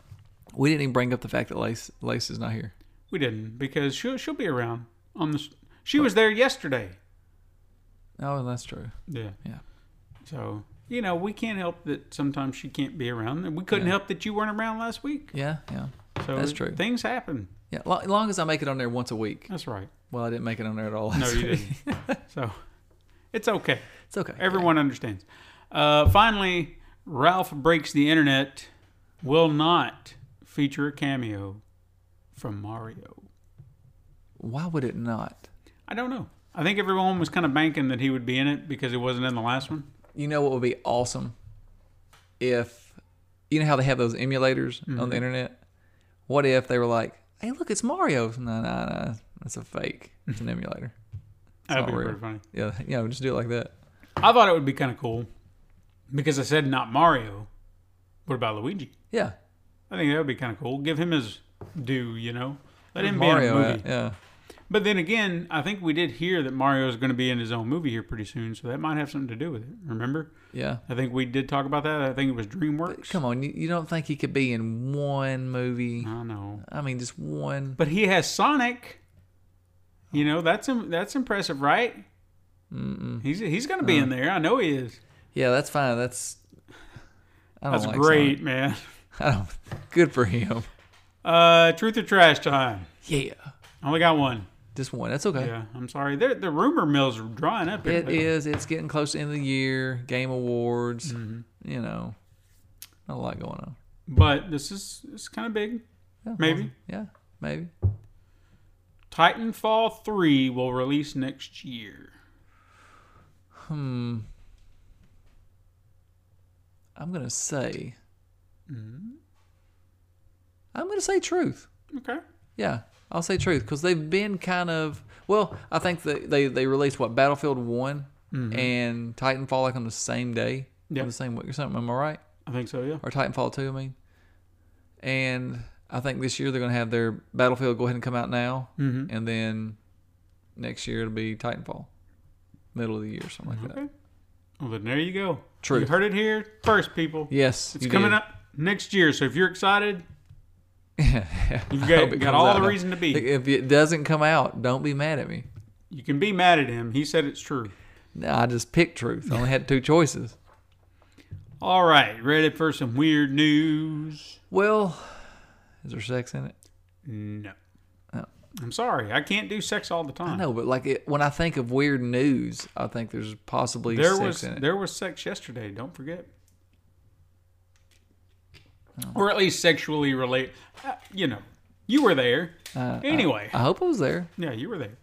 [SPEAKER 4] We didn't even bring up the fact that Lace Lace is not here.
[SPEAKER 3] We didn't because she'll she'll be around on the. s- She was there yesterday.
[SPEAKER 4] Oh, that's true.
[SPEAKER 3] Yeah.
[SPEAKER 4] Yeah.
[SPEAKER 3] So you know we can't help that sometimes she can't be around, and we couldn't help that you weren't around last week.
[SPEAKER 4] Yeah, yeah,
[SPEAKER 3] So
[SPEAKER 4] That's true.
[SPEAKER 3] Things happen.
[SPEAKER 4] yeah. Lo- As long as I make it on there once a week.
[SPEAKER 3] That's right.
[SPEAKER 4] Well, I didn't make it on there at all.
[SPEAKER 3] No,
[SPEAKER 4] last
[SPEAKER 3] you
[SPEAKER 4] week.
[SPEAKER 3] didn't. so it's okay.
[SPEAKER 4] It's okay.
[SPEAKER 3] Everyone understands. Uh, finally, Ralph Breaks the Internet will not feature a cameo from Mario.
[SPEAKER 4] Why would it not?
[SPEAKER 3] I don't know. I think everyone was kind of banking that he would be in it because he wasn't in the last one.
[SPEAKER 4] You know what would be awesome? If you know how they have those emulators on the internet? What if they were like, "Hey, look, it's Mario." No, no, no. That's a fake. It's an emulator.
[SPEAKER 3] That'd
[SPEAKER 4] not
[SPEAKER 3] be
[SPEAKER 4] real.
[SPEAKER 3] pretty funny.
[SPEAKER 4] Yeah, you know, just do it like that.
[SPEAKER 3] I thought it would be kind of cool because I said not Mario. What about Luigi?
[SPEAKER 4] Yeah.
[SPEAKER 3] I think that would be kind of cool. Give him his due, you know. Let him
[SPEAKER 4] Mario.
[SPEAKER 3] be in a
[SPEAKER 4] uh,
[SPEAKER 3] movie.
[SPEAKER 4] Yeah.
[SPEAKER 3] But then again, I think we did hear that Mario is going to be in his own movie here pretty soon, so that might have something to do with it. Remember?
[SPEAKER 4] Yeah.
[SPEAKER 3] I think we did talk about that. I think it was DreamWorks.
[SPEAKER 4] Come on, you, you don't think he could be in one movie?
[SPEAKER 3] I know,
[SPEAKER 4] I mean, just one.
[SPEAKER 3] but he has Sonic. You know that's im- that's impressive, right? Mm-mm. He's he's going to
[SPEAKER 4] Uh,
[SPEAKER 3] be in there. I know he is.
[SPEAKER 4] Yeah, that's fine. That's I don't
[SPEAKER 3] That's
[SPEAKER 4] like
[SPEAKER 3] great, man.
[SPEAKER 4] Sonic. I don't. Good for him.
[SPEAKER 3] Uh, truth or trash time.
[SPEAKER 4] Yeah,
[SPEAKER 3] I only got one.
[SPEAKER 4] just one. That's okay.
[SPEAKER 3] Yeah, I'm sorry. The the rumor mill's drying up. here
[SPEAKER 4] It
[SPEAKER 3] lately.
[SPEAKER 4] is. It's getting close to the end of the year. Game awards. You know, not a lot going on.
[SPEAKER 3] but this is it's kind of big.
[SPEAKER 4] Yeah,
[SPEAKER 3] Maybe.
[SPEAKER 4] Yeah, maybe.
[SPEAKER 3] Titanfall three will release next year.
[SPEAKER 4] Hmm. I'm gonna say. I'm gonna say truth.
[SPEAKER 3] Okay.
[SPEAKER 4] Yeah, I'll say truth because they've been kind of well. I think that they they released what Battlefield One and Titanfall like on the same day,
[SPEAKER 3] Mm-hmm. Yeah.
[SPEAKER 4] on the same week or something. Am I right?
[SPEAKER 3] I think so. Yeah.
[SPEAKER 4] Or Titanfall Two, I mean. And I think this year they're going to have their Battlefield go ahead and come out now,
[SPEAKER 3] Mm-hmm.
[SPEAKER 4] and then next year it'll be Titanfall, middle of the year, something like that.
[SPEAKER 3] Okay. Well, then there you go.
[SPEAKER 4] Truth.
[SPEAKER 3] You heard it here first, people.
[SPEAKER 4] Yes,
[SPEAKER 3] It's
[SPEAKER 4] you
[SPEAKER 3] coming
[SPEAKER 4] did.
[SPEAKER 3] up next year. So if you're excited,
[SPEAKER 4] You've
[SPEAKER 3] got- got all the reason to be.
[SPEAKER 4] If it doesn't come out, don't be mad at me.
[SPEAKER 3] you can be mad at him. He said it's true.
[SPEAKER 4] No, I just picked truth. I only had two choices.
[SPEAKER 3] All right. Ready for some weird news?
[SPEAKER 4] Well, is there sex in it?
[SPEAKER 3] No.
[SPEAKER 4] Oh.
[SPEAKER 3] I'm sorry. I can't do sex all the time.
[SPEAKER 4] No, but like it, when I think of weird news, I think there's possibly
[SPEAKER 3] There
[SPEAKER 4] sex
[SPEAKER 3] was
[SPEAKER 4] in it.
[SPEAKER 3] there was sex yesterday. Don't forget.
[SPEAKER 4] Oh.
[SPEAKER 3] Or at least sexually relate. Uh, you know, you were there.
[SPEAKER 4] Uh,
[SPEAKER 3] anyway.
[SPEAKER 4] I hope I was there.
[SPEAKER 3] Yeah, you were there.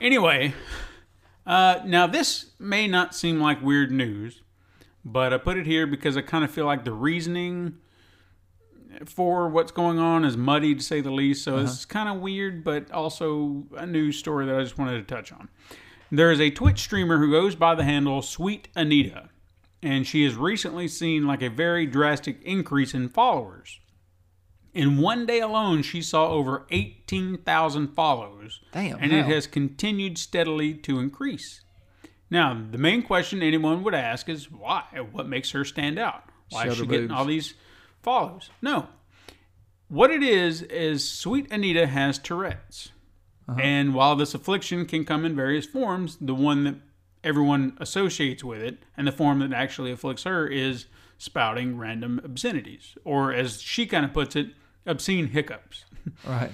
[SPEAKER 3] Anyway, uh, now this may not seem like weird news, but I put it here because I kind of feel like the reasoning for what's going on is muddy to say the least. So it's kind of weird, but also a news story that I just wanted to touch on. There is a Twitch streamer who goes by the handle Sweet Anita, and she has recently seen like a very drastic increase in followers. In one day alone, she saw over 18,000 follows.
[SPEAKER 4] Damn,
[SPEAKER 3] And it
[SPEAKER 4] how?
[SPEAKER 3] has continued steadily to increase. Now, the main question anyone would ask is why? What makes her stand out? Why is
[SPEAKER 4] Shoulder
[SPEAKER 3] she getting
[SPEAKER 4] boobs.
[SPEAKER 3] all these follows? No. What it is, is Sweet Anita has Tourette's. And while this affliction can come in various forms, the one that everyone associates with it and the form that actually afflicts her is spouting random obscenities, or as she kind of puts it, obscene hiccups.
[SPEAKER 4] Right.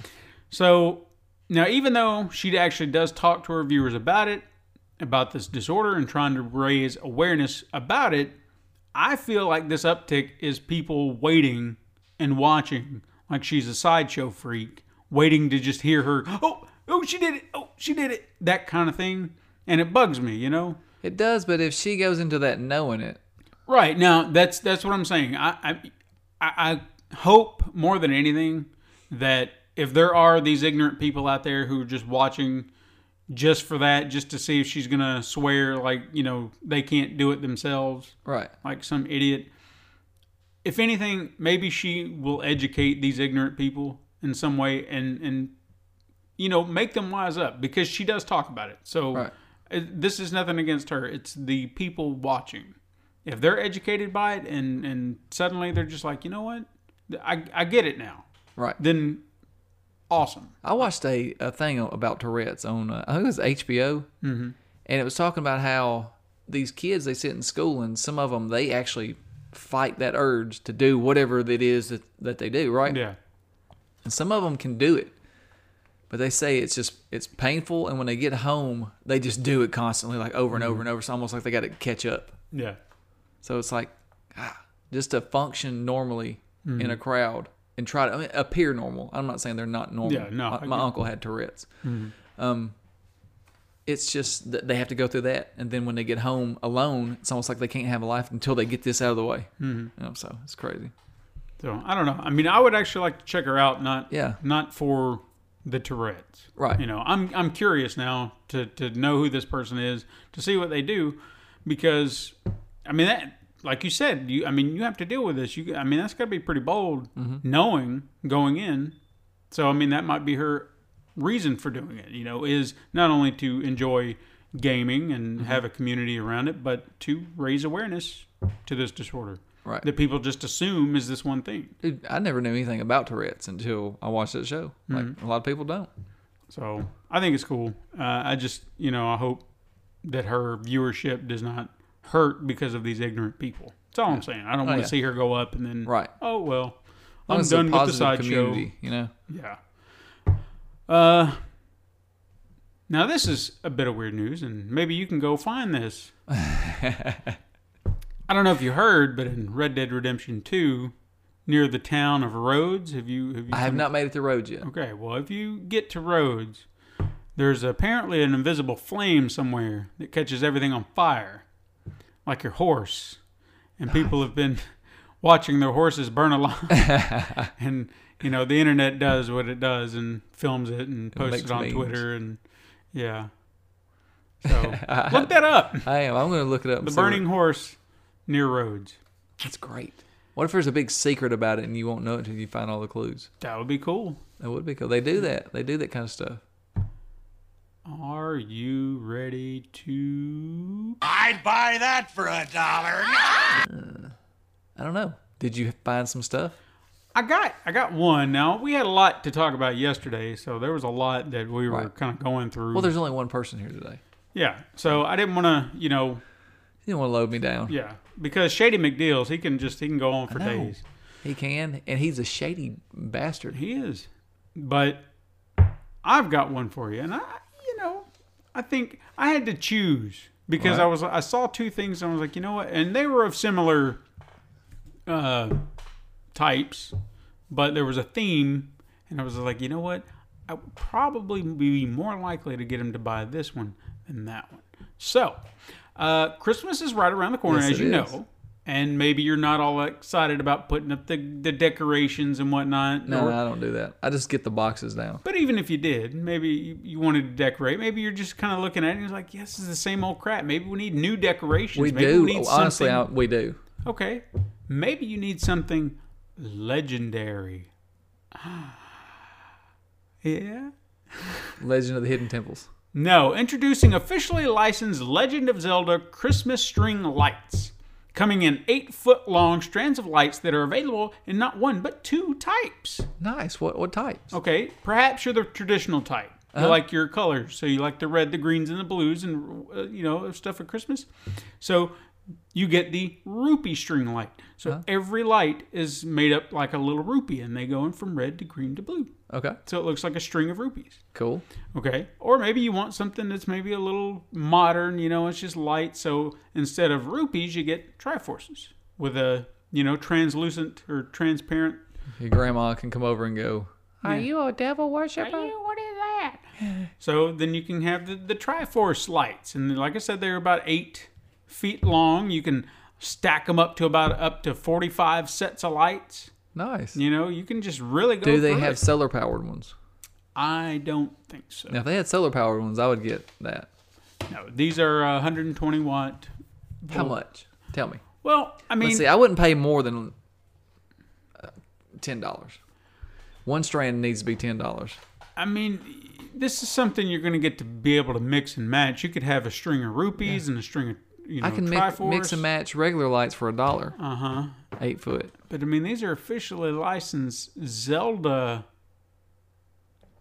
[SPEAKER 3] So now, even though she actually does talk to her viewers about it, about this disorder and trying to raise awareness about it, I feel like this uptick is people waiting and watching, like she's a sideshow freak, waiting to just hear her, oh, oh, she did it, oh, she did it, that kind of thing. And it bugs me, you know?
[SPEAKER 4] It does, but if she goes into that knowing it,
[SPEAKER 3] Right now, that's that's what I'm saying. I I- I, I hope more than anything that if there are these ignorant people out there who are just watching just for that, just to see if she's gonna swear like you know they can't do it themselves,
[SPEAKER 4] right?
[SPEAKER 3] like some idiot. If anything, maybe she will educate these ignorant people in some way and and you know make them wise up because she does talk about it. So
[SPEAKER 4] Right.
[SPEAKER 3] it- this is nothing against her. It's the people watching if they're educated by it and and suddenly they're just like, you know what, I I get it now.
[SPEAKER 4] Right.
[SPEAKER 3] Then, awesome.
[SPEAKER 4] I watched a, a thing about Tourette's on uh, I think it was HBO, mm-hmm. and it was talking about how these kids they sit in school and some of them they actually fight that urge to do whatever it is that, that they do right,
[SPEAKER 3] Yeah.
[SPEAKER 4] and some of them can do it, but they say it's just it's painful, and when they get home they just do it constantly like
[SPEAKER 3] Mm-hmm.
[SPEAKER 4] over and over and over. It's almost like they got to catch up.
[SPEAKER 3] Yeah.
[SPEAKER 4] So it's like ah, just to function normally in a
[SPEAKER 3] Mm-hmm.
[SPEAKER 4] crowd and try to I mean, appear normal. I'm not saying they're not normal.
[SPEAKER 3] Yeah, no, I
[SPEAKER 4] My, my
[SPEAKER 3] get- Mm-hmm.
[SPEAKER 4] uncle had Tourette's. Um, it's just that they have to go through that, and then when they get home alone, it's almost like they can't have a life until they get this out of the way. mm
[SPEAKER 3] Mm-hmm.
[SPEAKER 4] You know, so it's crazy.
[SPEAKER 3] So I don't know. I mean, I would actually like to check her out. Not
[SPEAKER 4] Yeah.
[SPEAKER 3] Not for the Tourette's.
[SPEAKER 4] Right.
[SPEAKER 3] You know, I'm I'm curious now to to know who this person is to see what they do, because I mean that like you said you I mean you have to deal with this. You I mean that's got to be pretty bold
[SPEAKER 4] Mm-hmm.
[SPEAKER 3] knowing going in. So I mean that might be her reason for doing it. You know, is not only to enjoy gaming and
[SPEAKER 4] Mm-hmm.
[SPEAKER 3] have a community around it, but to raise awareness to this disorder
[SPEAKER 4] Right.
[SPEAKER 3] that people just assume is this one thing.
[SPEAKER 4] Dude, I never knew anything about Tourette's until I watched that show.
[SPEAKER 3] Mm-hmm.
[SPEAKER 4] Like a lot of people don't.
[SPEAKER 3] So I think it's cool. Uh, I just, you know, I hope that her viewership does not hurt because of these ignorant people. That's all I'm saying. I don't want to
[SPEAKER 4] yeah.
[SPEAKER 3] see her go up and then,
[SPEAKER 4] Right.
[SPEAKER 3] oh, well,
[SPEAKER 4] Long
[SPEAKER 3] I'm
[SPEAKER 4] as it's a
[SPEAKER 3] done with the
[SPEAKER 4] positive
[SPEAKER 3] sideshow.
[SPEAKER 4] community, you know.
[SPEAKER 3] Yeah. Uh, now, this is a bit of weird news, and maybe you can go find this. I don't know if you heard, but in Red Dead Redemption 2, near the town of Rhodes, have you? Have you
[SPEAKER 4] I have not made it to Rhodes yet.
[SPEAKER 3] Okay, well, if you get to Rhodes, there's apparently an invisible flame somewhere that catches everything on fire, like your horse. And people have been watching their horses burn alive. and, you know, the internet does what it does and films it and posts it
[SPEAKER 4] makes
[SPEAKER 3] on
[SPEAKER 4] memes.
[SPEAKER 3] Twitter. And, yeah. So look that up
[SPEAKER 4] I am. I'm going to look it up.
[SPEAKER 3] The Burning Horse Near Rhodes.
[SPEAKER 4] That's great. What if there's a big secret about it and you won't know it until you find all the clues?
[SPEAKER 3] That would be cool.
[SPEAKER 4] That would be cool. They do that. They do that kind of stuff.
[SPEAKER 3] Are you ready to
[SPEAKER 4] I don't know. Did you find some stuff?
[SPEAKER 3] I got I got one. Now we had a lot to talk about yesterday, so there was a lot that we were
[SPEAKER 4] Right.
[SPEAKER 3] kind of going through.
[SPEAKER 4] Well, there's only one person here today.
[SPEAKER 3] yeah, so I didn't want to, you know,
[SPEAKER 4] He didn't want to load me down.
[SPEAKER 3] yeah, because Shady McDeals he can just he can go on for
[SPEAKER 4] I know.
[SPEAKER 3] days.
[SPEAKER 4] He can, and he's a shady bastard.
[SPEAKER 3] He is, but I've got one for you, and I, you know, I think I had to choose because
[SPEAKER 4] Right.
[SPEAKER 3] I was I saw two things and I was like, you know what, and they were of similar uh, types, but there was a theme, and I was like, you know what, I would probably be more likely to get him to buy this one than that one. So, uh, Christmas is right around the corner,
[SPEAKER 4] Yes,
[SPEAKER 3] as
[SPEAKER 4] it
[SPEAKER 3] you
[SPEAKER 4] is.
[SPEAKER 3] know. And maybe you're not all excited about putting up the, the decorations and whatnot.
[SPEAKER 4] No,
[SPEAKER 3] or-
[SPEAKER 4] I don't do that. I just get the boxes down.
[SPEAKER 3] but even if you did, maybe you, you wanted to decorate. Maybe you're just kind of looking at it and you're like, yes, this is the same old crap. Maybe we need new decorations.
[SPEAKER 4] We
[SPEAKER 3] maybe
[SPEAKER 4] do.
[SPEAKER 3] We need
[SPEAKER 4] Oh, honestly, I,
[SPEAKER 3] something-
[SPEAKER 4] we do.
[SPEAKER 3] okay. Maybe you need something legendary. Ah, yeah.
[SPEAKER 4] Legend of the Hidden Temples.
[SPEAKER 3] No, introducing officially licensed Legend of Zelda Christmas string lights. Coming in eight foot long strands of lights that are available in not one but two types.
[SPEAKER 4] Nice. What what types?
[SPEAKER 3] Okay, perhaps you're the traditional type. You like your colors, so you like the red, the greens, and the blues, and uh, you know stuff at Christmas. So you get the rupee string light. So every light is made up like a little rupee, and they go in from red to green to blue.
[SPEAKER 4] Okay.
[SPEAKER 3] So it looks like a string of rupees.
[SPEAKER 4] Cool.
[SPEAKER 3] Okay. Or maybe you want something that's maybe a little modern, you know, it's just light. So instead of rupees, you get triforces with a, you know, translucent or transparent.
[SPEAKER 4] Your grandma can come over and go. Are you a devil worshiper?
[SPEAKER 3] What is that? So then you can have the, the triforce lights. And like I said, they're about eight feet long. You can stack them up to about up to 45 sets of lights.
[SPEAKER 4] Nice.
[SPEAKER 3] You know, you can just really go.
[SPEAKER 4] Do they
[SPEAKER 3] through
[SPEAKER 4] have
[SPEAKER 3] it.
[SPEAKER 4] solar powered ones?
[SPEAKER 3] I don't think so.
[SPEAKER 4] Now, if they had solar powered ones, I would get that.
[SPEAKER 3] No, these are uh, 120 watt.
[SPEAKER 4] How much? Tell me.
[SPEAKER 3] Well, I mean,
[SPEAKER 4] Let's see, I wouldn't pay more than uh, ten dollars. One strand needs to be ten dollars.
[SPEAKER 3] I mean, this is something you're going to get to be able to mix and match. You could have a string of rupees and a string of you know,
[SPEAKER 4] I can mix,
[SPEAKER 3] Mm, Triforce.
[SPEAKER 4] mix and match regular lights for a dollar.
[SPEAKER 3] Uh huh.
[SPEAKER 4] Eight foot.
[SPEAKER 3] But I mean, these are officially licensed Zelda.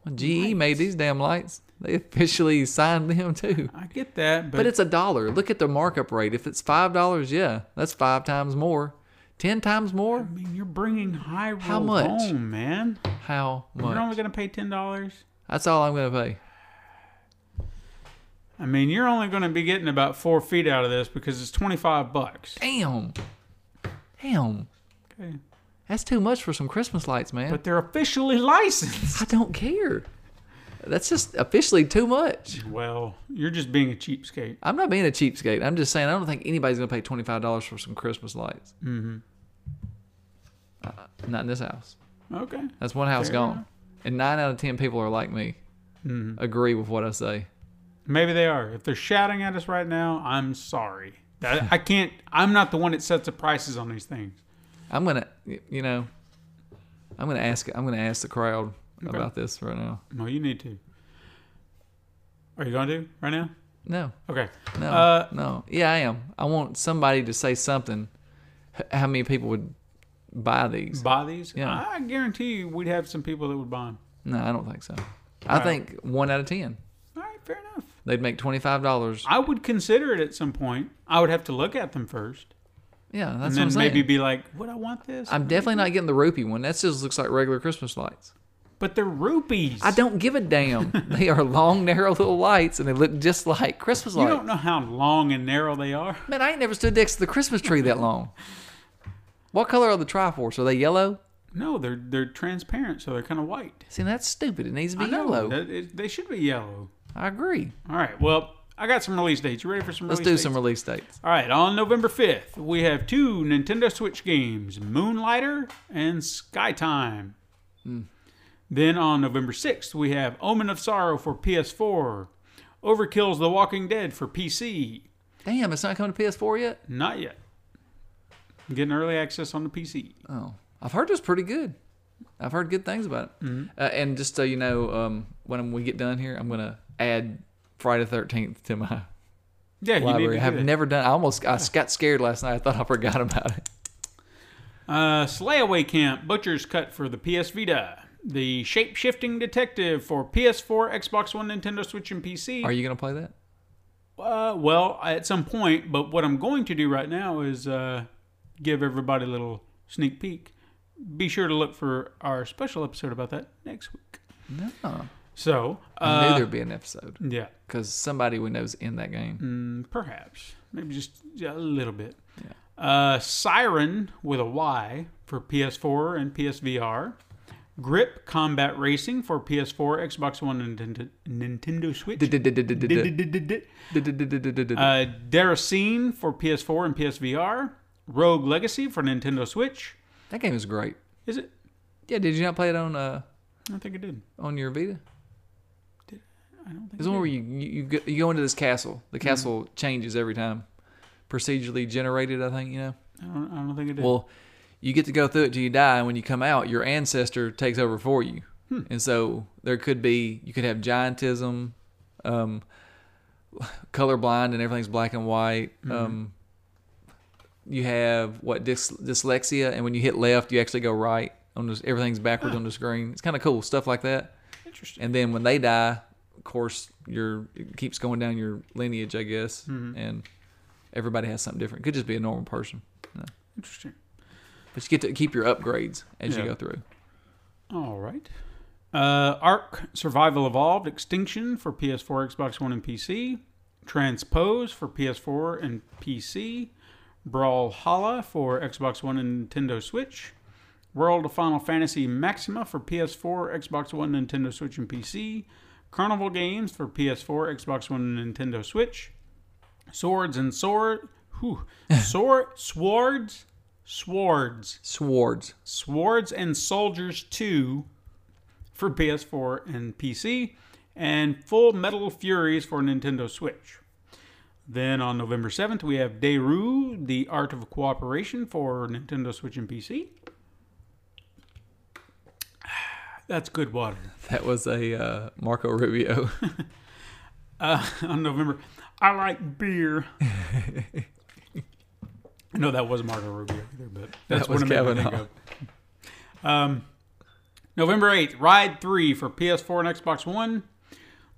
[SPEAKER 4] Well, GE made these damn lights. They officially signed them too.
[SPEAKER 3] I get that, but,
[SPEAKER 4] But it's a dollar. Look at the markup rate. If it's five dollars, yeah, that's five times more. Ten times more?
[SPEAKER 3] I mean, you're bringing Hyrule
[SPEAKER 4] How much?
[SPEAKER 3] home, man.
[SPEAKER 4] How
[SPEAKER 3] You're only
[SPEAKER 4] much?
[SPEAKER 3] gonna pay ten dollars.
[SPEAKER 4] That's all I'm gonna pay.
[SPEAKER 3] I mean, you're only gonna be getting about four feet out of this because it's twenty five bucks.
[SPEAKER 4] Damn. Damn.
[SPEAKER 3] Okay.
[SPEAKER 4] That's too much for some Christmas lights, man.
[SPEAKER 3] But they're officially licensed.
[SPEAKER 4] I don't care. That's just officially too much.
[SPEAKER 3] well, you're just being a cheapskate.
[SPEAKER 4] I'm not being a cheapskate. I'm just saying I don't think anybody's gonna pay twenty five dollars for some Christmas lights. Mm-hmm. Uh, not in this house.
[SPEAKER 3] Okay.
[SPEAKER 4] That's one house
[SPEAKER 3] Fair
[SPEAKER 4] gone.
[SPEAKER 3] enough. Mm-hmm.
[SPEAKER 4] And nine out of ten people are like me, agree with what I say.
[SPEAKER 3] Maybe they are. If they're shouting at us right now, I'm sorry. That, I can't. I'm not the one that sets the prices on these things.
[SPEAKER 4] I'm gonna, y- you know, I'm gonna ask. I'm gonna ask the crowd about this right now.
[SPEAKER 3] No, you need to. Are you going to right now?
[SPEAKER 4] No,
[SPEAKER 3] Okay.
[SPEAKER 4] no,
[SPEAKER 3] Uh,
[SPEAKER 4] no. Yeah, I am. I want somebody to say something. H- How many people would buy these?
[SPEAKER 3] Buy these.
[SPEAKER 4] Yeah.
[SPEAKER 3] I guarantee you, we'd have some people that would buy them.
[SPEAKER 4] No, I don't think so. I
[SPEAKER 3] Right.
[SPEAKER 4] think one out of ten.
[SPEAKER 3] All right, fair enough.
[SPEAKER 4] They'd make twenty five dollars.
[SPEAKER 3] I would consider it at some point. I would have to look at them first,
[SPEAKER 4] Yeah, that's
[SPEAKER 3] and
[SPEAKER 4] what
[SPEAKER 3] then
[SPEAKER 4] I'm saying.
[SPEAKER 3] maybe be like, "Would I want this?"
[SPEAKER 4] I'm definitely not getting the rupee one. That just looks like regular Christmas lights.
[SPEAKER 3] but they're rupees.
[SPEAKER 4] I don't give a damn. they are long, narrow little lights, and they look just like Christmas
[SPEAKER 3] You
[SPEAKER 4] lights.
[SPEAKER 3] don't know how long and narrow they are.
[SPEAKER 4] Man, I ain't never stood next to the Christmas tree that long. What color are the Triforce? Are they yellow?
[SPEAKER 3] No, they're they're transparent, so they're kind of white.
[SPEAKER 4] See, that's stupid. It needs to be
[SPEAKER 3] I know,
[SPEAKER 4] yellow.
[SPEAKER 3] that- it- they should be yellow.
[SPEAKER 4] I agree.
[SPEAKER 3] All right. Well, I got some release dates. You ready for some?
[SPEAKER 4] Let's
[SPEAKER 3] release
[SPEAKER 4] do
[SPEAKER 3] dates?
[SPEAKER 4] some release dates.
[SPEAKER 3] All right, on November 5th, we have two Nintendo Switch games, Moonlighter and Skytime.
[SPEAKER 4] Hmm.
[SPEAKER 3] Then on November 6th, we have Omen of Sorrow for PS4, Overkill's The Walking Dead for PC.
[SPEAKER 4] Damn, it's not coming to PS4 yet?
[SPEAKER 3] Not yet. Getting early access on the PC.
[SPEAKER 4] Oh, I've heard it's pretty good. I've heard good things about it.
[SPEAKER 3] Mm-hmm.
[SPEAKER 4] Uh, and just so you know, um, when we get done here, I'm going to add Friday the 13th to my
[SPEAKER 3] Yeah, you need to
[SPEAKER 4] library.
[SPEAKER 3] do
[SPEAKER 4] I've
[SPEAKER 3] that.
[SPEAKER 4] never done I almost I got scared last night. I thought I forgot about it.
[SPEAKER 3] Uh, Slayaway Camp Butcher's Cut for the PS Vita. The Shape Shifting Detective for PS4, Xbox One, Nintendo Switch, and PC.
[SPEAKER 4] Are you going to play that?
[SPEAKER 3] Uh, well, at some point, but what I'm going to do right now is uh, give everybody a little sneak peek. Be sure to look for our special episode about that next week.
[SPEAKER 4] No.
[SPEAKER 3] So,
[SPEAKER 4] I knew
[SPEAKER 3] uh,
[SPEAKER 4] there'd be an episode
[SPEAKER 3] yeah,
[SPEAKER 4] because somebody we know's in that game.
[SPEAKER 3] mm, perhaps, maybe just a little bit. Uh, Siren with a Y for PS4 and PSVR. Grip Combat Racing for PS4, Xbox One, and Nintendo- Nintendo Switch. Uh, Deracine for PS4 and PSVR. Rogue Legacy for Nintendo Switch.
[SPEAKER 4] That game is great.
[SPEAKER 3] Is it?
[SPEAKER 4] Yeah, did you not play it on uh
[SPEAKER 3] I don't think it did.
[SPEAKER 4] on your Vita?
[SPEAKER 3] I don't think.
[SPEAKER 4] It's the one where you you you go, you go into this castle.
[SPEAKER 3] Mm-hmm.
[SPEAKER 4] The castle changes every time, procedurally generated. I think you know.
[SPEAKER 3] I don't, I don't think it did.
[SPEAKER 4] Well, you get to go through it till you die, and when you come out, your ancestor takes over for you. And so there could be you could have giantism, um, colorblind, and everything's black and white. Um, you have what dys- dyslexia, and when you hit left, you actually go right. On this, everything's backwards on the screen. It's kind of cool stuff like that.
[SPEAKER 3] Interesting.
[SPEAKER 4] And then when they die, of course, your it keeps going down your lineage, I guess, and everybody has something different. Could just be a normal person.
[SPEAKER 3] Interesting.
[SPEAKER 4] But you get to keep your upgrades as
[SPEAKER 3] Yeah.
[SPEAKER 4] you go through.
[SPEAKER 3] All right. Uh, Ark Survival Evolved Extinction for PS4, Xbox One, and PC. Transpose for PS4 and PC. Brawlhalla for Xbox One and Nintendo Switch. World of Final Fantasy Maxima for PS4, Xbox One, Nintendo Switch, and PC. Carnival Games for PS4, Xbox One, and Nintendo Switch. Swords and Sword. Whew, sword, swords, swords.
[SPEAKER 4] Swords.
[SPEAKER 3] Swords and Soldiers 2 for PS4 and PC, and Full Metal Furies for Nintendo Switch. Then on November 7th, we have Deru, The Art of Cooperation for Nintendo Switch and PC. That's good water.
[SPEAKER 4] That was a uh, Marco Rubio.
[SPEAKER 3] Uh, on November, I like beer. no, that was Marco Rubio either, but that's
[SPEAKER 4] That was
[SPEAKER 3] what it made me
[SPEAKER 4] Kavanaugh.
[SPEAKER 3] think of. Um, November 8th, Ride 3 for PS4 and Xbox One.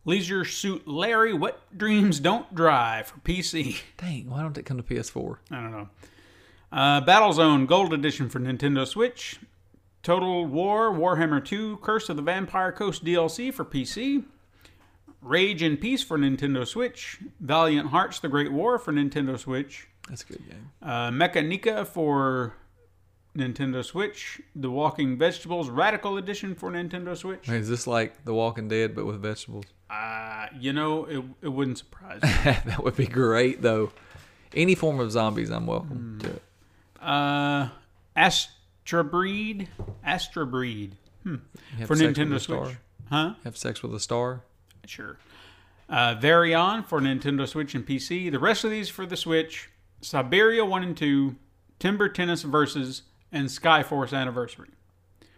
[SPEAKER 3] Leisure Suit Larry, What Dreams Don't Drive for PC.
[SPEAKER 4] Dang, why don't it come to PS4?
[SPEAKER 3] I don't know. Uh, Battlezone Gold Edition for Nintendo Switch. Total War Warhammer 2 Curse of the Vampire Coast DLC for PC. Rage and Peace for Nintendo Switch. Valiant Hearts The Great War for Nintendo Switch.
[SPEAKER 4] That's a good game.
[SPEAKER 3] Uh, Mecha Nika for Nintendo Switch. The Walking Vegetables Radical Edition for Nintendo Switch.
[SPEAKER 4] Is this like The Walking Dead but with vegetables?
[SPEAKER 3] Uh, you know, it, it wouldn't surprise me.
[SPEAKER 4] that would be great though. Any form of zombies, I'm
[SPEAKER 3] Hmm.
[SPEAKER 4] welcome to it.
[SPEAKER 3] Uh, Astra Breed. Astra Breed.
[SPEAKER 4] Have
[SPEAKER 3] for
[SPEAKER 4] sex with a
[SPEAKER 3] Nintendo
[SPEAKER 4] star.
[SPEAKER 3] Switch. Huh?
[SPEAKER 4] Have sex with a star.
[SPEAKER 3] Sure. Uh, Varion for Nintendo Switch and PC. The rest of these for the Switch Siberia 1 and 2, Timber Tennis Versus, and Skyforce Anniversary.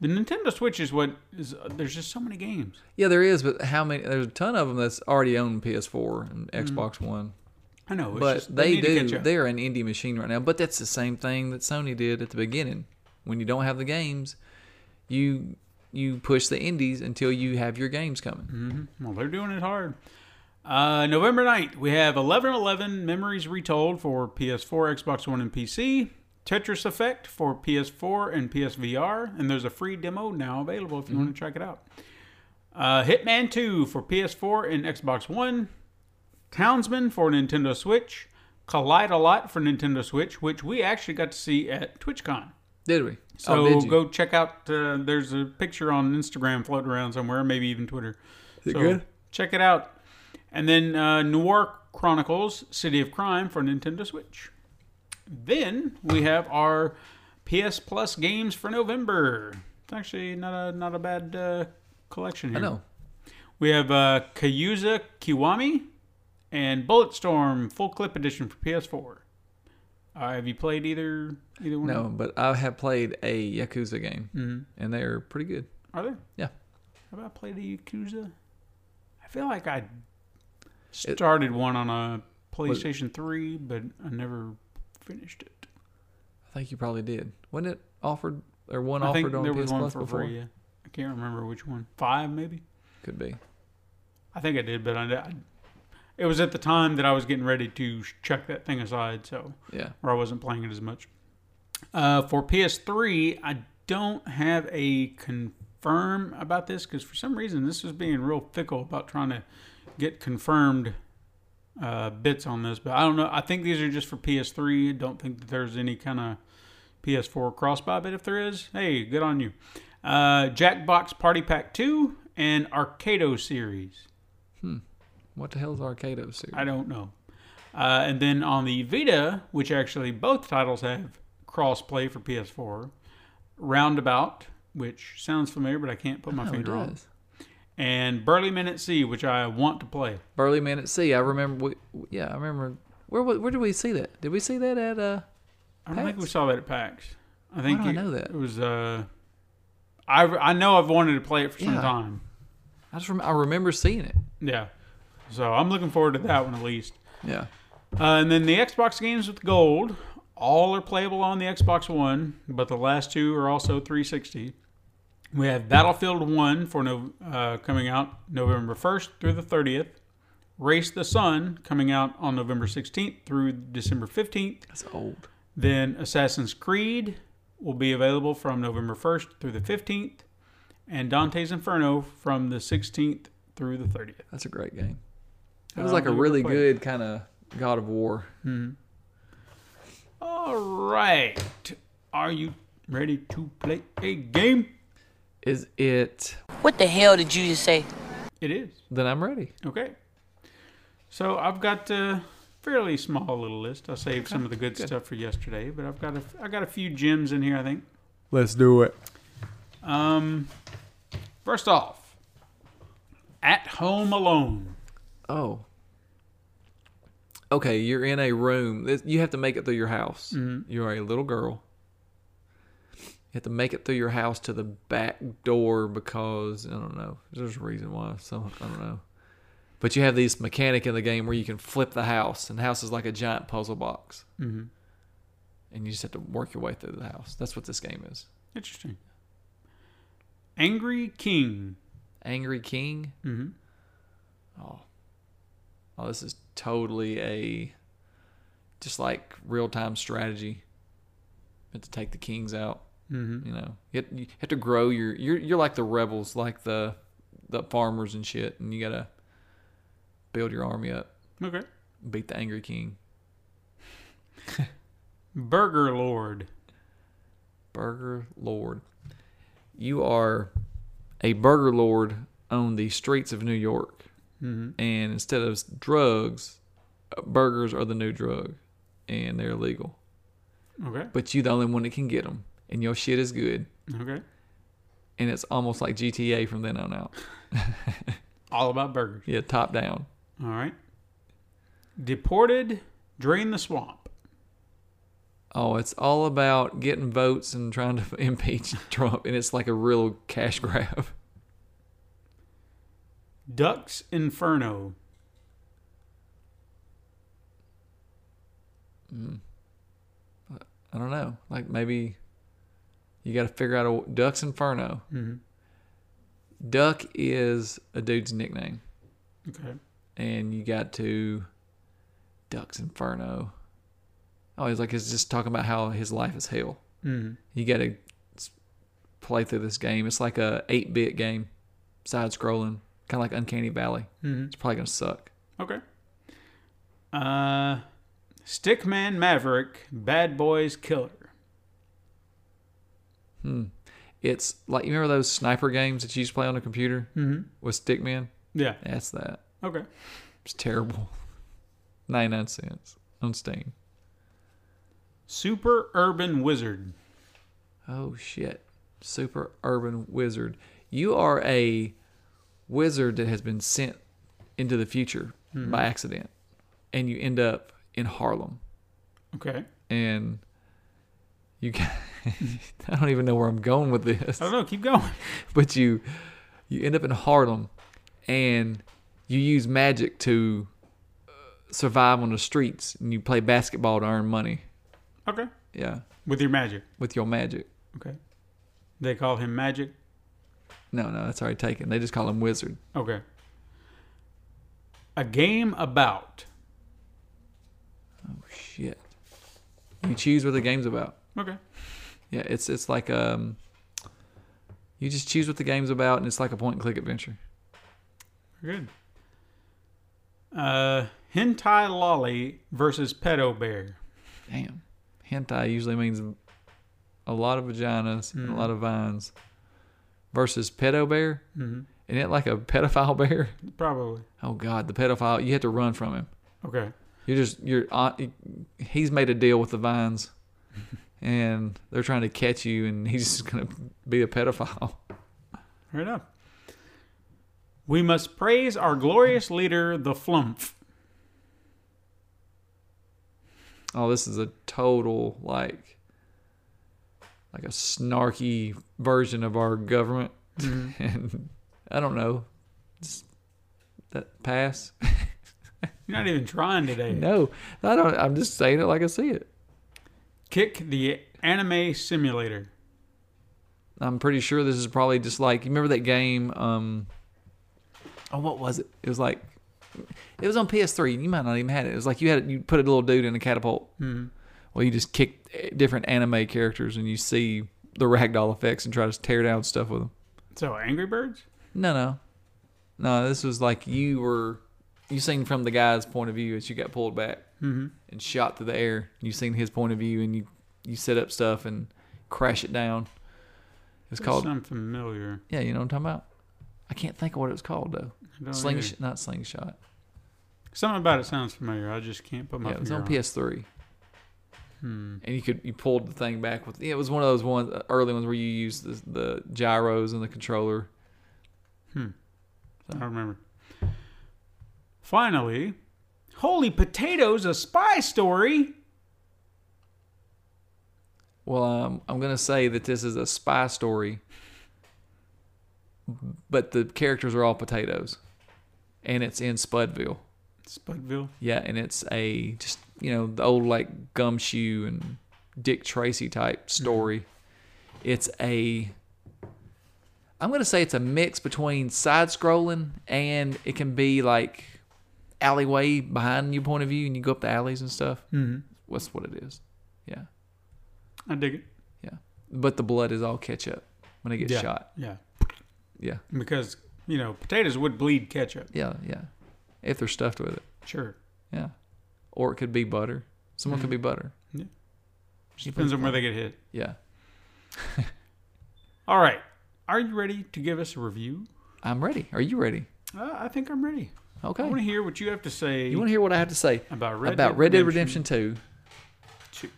[SPEAKER 3] The Nintendo Switch is what is. there's just so many games.
[SPEAKER 4] Yeah, there is, but how many? There's a ton of them that's already on PS4 and Xbox
[SPEAKER 3] Hmm.
[SPEAKER 4] One.
[SPEAKER 3] I know. It's
[SPEAKER 4] But
[SPEAKER 3] just,
[SPEAKER 4] they,
[SPEAKER 3] need to
[SPEAKER 4] do.
[SPEAKER 3] catch up.
[SPEAKER 4] They're an indie machine right now. But that's the same thing that Sony did at the beginning. When you don't have the games, you you push the indies until you have your games coming.
[SPEAKER 3] Mm-hmm. Well, they're doing it hard. Uh, November 9th, we have 1111 Memories Retold for PS4, Xbox One, and PC. Tetris Effect for PS4 and PSVR. And there's a free demo now available if you want to check it out. Uh, Hitman 2 for PS4 and Xbox One. Townsman for Nintendo Switch. Collide a Lot for Nintendo Switch, which we actually got to see at TwitchCon.
[SPEAKER 4] Did we?
[SPEAKER 3] So
[SPEAKER 4] oh, did you?
[SPEAKER 3] go check out. Uh, there's a picture on Instagram floating around somewhere, maybe even Twitter. so
[SPEAKER 4] good?
[SPEAKER 3] Check it out. And then uh, Noir Chronicles: City of Crime for Nintendo Switch. Then we have our PS Plus games for November. It's actually not a not a bad uh, collection here.
[SPEAKER 4] I know.
[SPEAKER 3] We have uh, Kayuza Kiwami and Bulletstorm Full Clip Edition for PS4. Uh, have you played either either one? Mm-hmm.
[SPEAKER 4] No, but I have played a Yakuza game, and they're pretty good.
[SPEAKER 3] Are there?
[SPEAKER 4] Yeah.
[SPEAKER 3] Have I played a Yakuza? I feel like I started one on a PlayStation 3, but I never finished it.
[SPEAKER 4] I think you probably did. Wasn't it offered or one
[SPEAKER 3] I think
[SPEAKER 4] offered on
[SPEAKER 3] there
[SPEAKER 4] PS
[SPEAKER 3] was one
[SPEAKER 4] Plus
[SPEAKER 3] for
[SPEAKER 4] before?
[SPEAKER 3] free. Yeah. I can't remember which one. Five, maybe?
[SPEAKER 4] Could be.
[SPEAKER 3] I think I did, but I, I- it was at the time that I was getting ready to sh- chuck that thing aside, so
[SPEAKER 4] Yeah.
[SPEAKER 3] or I wasn't playing it as much. Uh, for PS3, I don't have a confirm about this because for some reason this is being real fickle about trying to get confirmed uh, bits on this. But I don't know. I think these are just for PS3. I don't think that there's any kind of PS4 cross buy. But if there is, hey, good on you. Uh, Jackbox Party Pack 2 and Arcado series.
[SPEAKER 4] What the hell is Arcado series?
[SPEAKER 3] I don't know. Uh, and then on the Vita, which actually both titles have cross-play for PS4, Roundabout, which sounds familiar, but I can't put my
[SPEAKER 4] Oh, it
[SPEAKER 3] finger on,
[SPEAKER 4] does.
[SPEAKER 3] and Burly Man at Sea, which I want to play.
[SPEAKER 4] Burley Man at Sea. I remember. We, we- yeah, I remember. Where wa- where did we see that? Did we see that at uh?
[SPEAKER 3] I don't think we
[SPEAKER 4] PAX?
[SPEAKER 3] saw that at PAX. I think
[SPEAKER 4] do I
[SPEAKER 3] it,
[SPEAKER 4] know that?
[SPEAKER 3] it was. Uh, I I know I've wanted to play it for some
[SPEAKER 4] Yeah.
[SPEAKER 3] time.
[SPEAKER 4] I just rem- I remember seeing it.
[SPEAKER 3] Yeah, so I'm looking forward to that one at least.
[SPEAKER 4] Yeah.
[SPEAKER 3] Uh, and then the Xbox games with gold, all are playable on the Xbox One, but the last two are also 360. We have Battlefield 1 for no, uh, coming out November 1st through the 30th. Race the Sun coming out on November 16th through December 15th.
[SPEAKER 4] That's old.
[SPEAKER 3] Then Assassin's Creed will be available from November 1st through the 15th, and Dante's Inferno from the 16th through the 30th.
[SPEAKER 4] That's a great game. It
[SPEAKER 3] I
[SPEAKER 4] was
[SPEAKER 3] don't
[SPEAKER 4] like a
[SPEAKER 3] think we
[SPEAKER 4] really
[SPEAKER 3] played it.
[SPEAKER 4] good kind of God of War.
[SPEAKER 3] All right. Are you ready to play a game?
[SPEAKER 4] Is it?
[SPEAKER 5] What the hell did you just say?
[SPEAKER 3] It is.
[SPEAKER 4] Then I'm ready.
[SPEAKER 3] Okay. So I've got a fairly small little list. I saved some of the good, stuff for yesterday, but I've got a, I got a few gems in here, I think.
[SPEAKER 4] Let's do it.
[SPEAKER 3] Um, first off, At Home Alone.
[SPEAKER 4] Oh. Okay, you're in a room. This- You have to make it through your house. You're a little girl. You have to make it through your house to the back door because I don't know. There's a reason why. So I don't know. But you have these mechanic in the game where you can flip the house, and the house is like a giant puzzle box, and you just have to work your way through the house. That's what this game is.
[SPEAKER 3] Interesting. Angry King.
[SPEAKER 4] Angry King. Mm-hmm. Oh, oh, this is totally a just like real time strategy. Meant to take the kings out. Mm-hmm. You know, you have, you have to grow your. You're you're like the rebels, like the the farmers and shit, and you gotta build your army up,
[SPEAKER 3] Okay.
[SPEAKER 4] beat the Angry King.
[SPEAKER 3] Burger Lord.
[SPEAKER 4] Burger Lord. You are a burger lord on the streets of New York. And instead of s- drugs, uh, burgers are the new drug and they're illegal.
[SPEAKER 3] Okay.
[SPEAKER 4] But you the only one that can get them and your shit is good.
[SPEAKER 3] Okay.
[SPEAKER 4] And it's almost like GTA from then on out.
[SPEAKER 3] All about burgers.
[SPEAKER 4] Yeah, top down.
[SPEAKER 3] All right. Deported. Drain the swamp.
[SPEAKER 4] Oh, it's all about getting votes and trying to impeach Trump and it's like a real cash grab.
[SPEAKER 3] Ducks Inferno.
[SPEAKER 4] I don't know. Like maybe you got to figure out a Duck's Inferno. Duck is a dude's nickname,
[SPEAKER 3] Okay.
[SPEAKER 4] and you got to Duck's Inferno. Oh, he's like he's just talking about how his life is hell.
[SPEAKER 3] Mhm.
[SPEAKER 4] You got to play through this game. It's like a eight bit game, side scrolling, kind of like Uncanny Valley.
[SPEAKER 3] Mhm.
[SPEAKER 4] It's probably gonna suck.
[SPEAKER 3] Okay. Uh, Stickman Maverick, Bad Boys Killer.
[SPEAKER 4] It's like you remember those sniper games that you used to play on the computer
[SPEAKER 3] Mhm.
[SPEAKER 4] with Stickman.
[SPEAKER 3] Yeah.
[SPEAKER 4] That's that.
[SPEAKER 3] Okay.
[SPEAKER 4] It's terrible. 99 cents on Steam.
[SPEAKER 3] Super Urban Wizard.
[SPEAKER 4] Oh shit. Super Urban Wizard. You are a wizard that has been sent into the future by accident and you end up in Harlem
[SPEAKER 3] Okay.
[SPEAKER 4] and you got, I don't even know where I'm going with this.
[SPEAKER 3] I don't know. Keep going.
[SPEAKER 4] but you you end up in Harlem and you use magic to uh, survive on the streets and you play basketball to earn money.
[SPEAKER 3] Okay.
[SPEAKER 4] Yeah,
[SPEAKER 3] With your magic.
[SPEAKER 4] with your magic.
[SPEAKER 3] Okay. They call him Magic.
[SPEAKER 4] No, no, that's already taken. They just call him wizard.
[SPEAKER 3] Okay. A game about.
[SPEAKER 4] Shit. You choose what the game's about.
[SPEAKER 3] Okay.
[SPEAKER 4] Yeah, it's it's like um you just choose what the game's about and it's like a point and click adventure.
[SPEAKER 3] Very good. Uh, Hentai Lolly versus Pedo Bear.
[SPEAKER 4] Damn. Hentai usually means a lot of vaginas and a lot of vines versus pedo bear. Mm-hmm. Isn't it like a pedophile bear?
[SPEAKER 3] Probably.
[SPEAKER 4] Oh god, the pedophile, you have to run from him.
[SPEAKER 3] Okay.
[SPEAKER 4] You're just you're on- he's made a deal with the vines, and they're trying to catch you, and he's just gonna be a pedophile.
[SPEAKER 3] Fair enough. We must praise our glorious leader, the Flumph.
[SPEAKER 4] Oh, this is a total like like a snarky version of our government, and I don't know. Just that pass?
[SPEAKER 3] You're not even trying today.
[SPEAKER 4] no, I don't. I'm just saying it like I see it.
[SPEAKER 3] Kick the anime simulator.
[SPEAKER 4] I'm pretty sure this is probably just like you remember that game. Um, oh, what was it? It was like it was on PS3. You might not even had it. It was like you had you put a little dude in a catapult. Mm-hmm. Well, you just kick eh, different anime characters and you see the ragdoll effects and try to tear down stuff with them.
[SPEAKER 3] So Angry Birds?
[SPEAKER 4] No, no, no. This was like you were you seen from the guy's point of view as you got pulled back and shot through the air. You seen his point of view and you you set up stuff and crash it down. It's called
[SPEAKER 3] Sound familiar.
[SPEAKER 4] yeah, you know what I'm talking about. I can't think of what it was called though.
[SPEAKER 3] I don't
[SPEAKER 4] Slingshot,
[SPEAKER 3] either.
[SPEAKER 4] not slingshot.
[SPEAKER 3] Something about it sounds familiar. I just can't put my
[SPEAKER 4] Yeah, it was on
[SPEAKER 3] finger
[SPEAKER 4] PS3.
[SPEAKER 3] Hmm.
[SPEAKER 4] And you could you pulled the thing back with. It was one of those ones uh, early ones where you used the, the gyros and the controller.
[SPEAKER 3] on it. I remember. Finally, Holy Potatoes, a spy story.
[SPEAKER 4] Well, um, I'm gonna say that this is a spy story, but the characters are all potatoes. and it's in Spudville.
[SPEAKER 3] Spudville.
[SPEAKER 4] Yeah, and it's a just you know the old like gumshoe and Dick Tracy type story. It's a I'm gonna say it's a mix between side scrolling and it can be like alleyway behind your point of view and you go up the alleys and stuff. Mm-hmm. What's what it is? Yeah,
[SPEAKER 3] I dig it.
[SPEAKER 4] yeah. But the blood is all ketchup when it gets
[SPEAKER 3] Yeah.
[SPEAKER 4] shot.
[SPEAKER 3] Yeah.
[SPEAKER 4] Yeah,
[SPEAKER 3] Because, you know, potatoes would bleed ketchup.
[SPEAKER 4] yeah, yeah. If they're stuffed with it,
[SPEAKER 3] Sure.
[SPEAKER 4] yeah. Or it could be butter. Someone could be butter.
[SPEAKER 3] Just depends on where they get hit.
[SPEAKER 4] Yeah.
[SPEAKER 3] All right. Are you ready to give us a review?
[SPEAKER 4] I'm ready. Are you ready?
[SPEAKER 3] Uh, I think I'm ready.
[SPEAKER 4] Okay.
[SPEAKER 3] I want to hear what you have to say.
[SPEAKER 4] You want to hear what I have to say
[SPEAKER 3] About Red
[SPEAKER 4] about
[SPEAKER 3] Dead
[SPEAKER 4] Red Dead Redemption
[SPEAKER 3] Redemption.
[SPEAKER 4] 2?
[SPEAKER 3] to-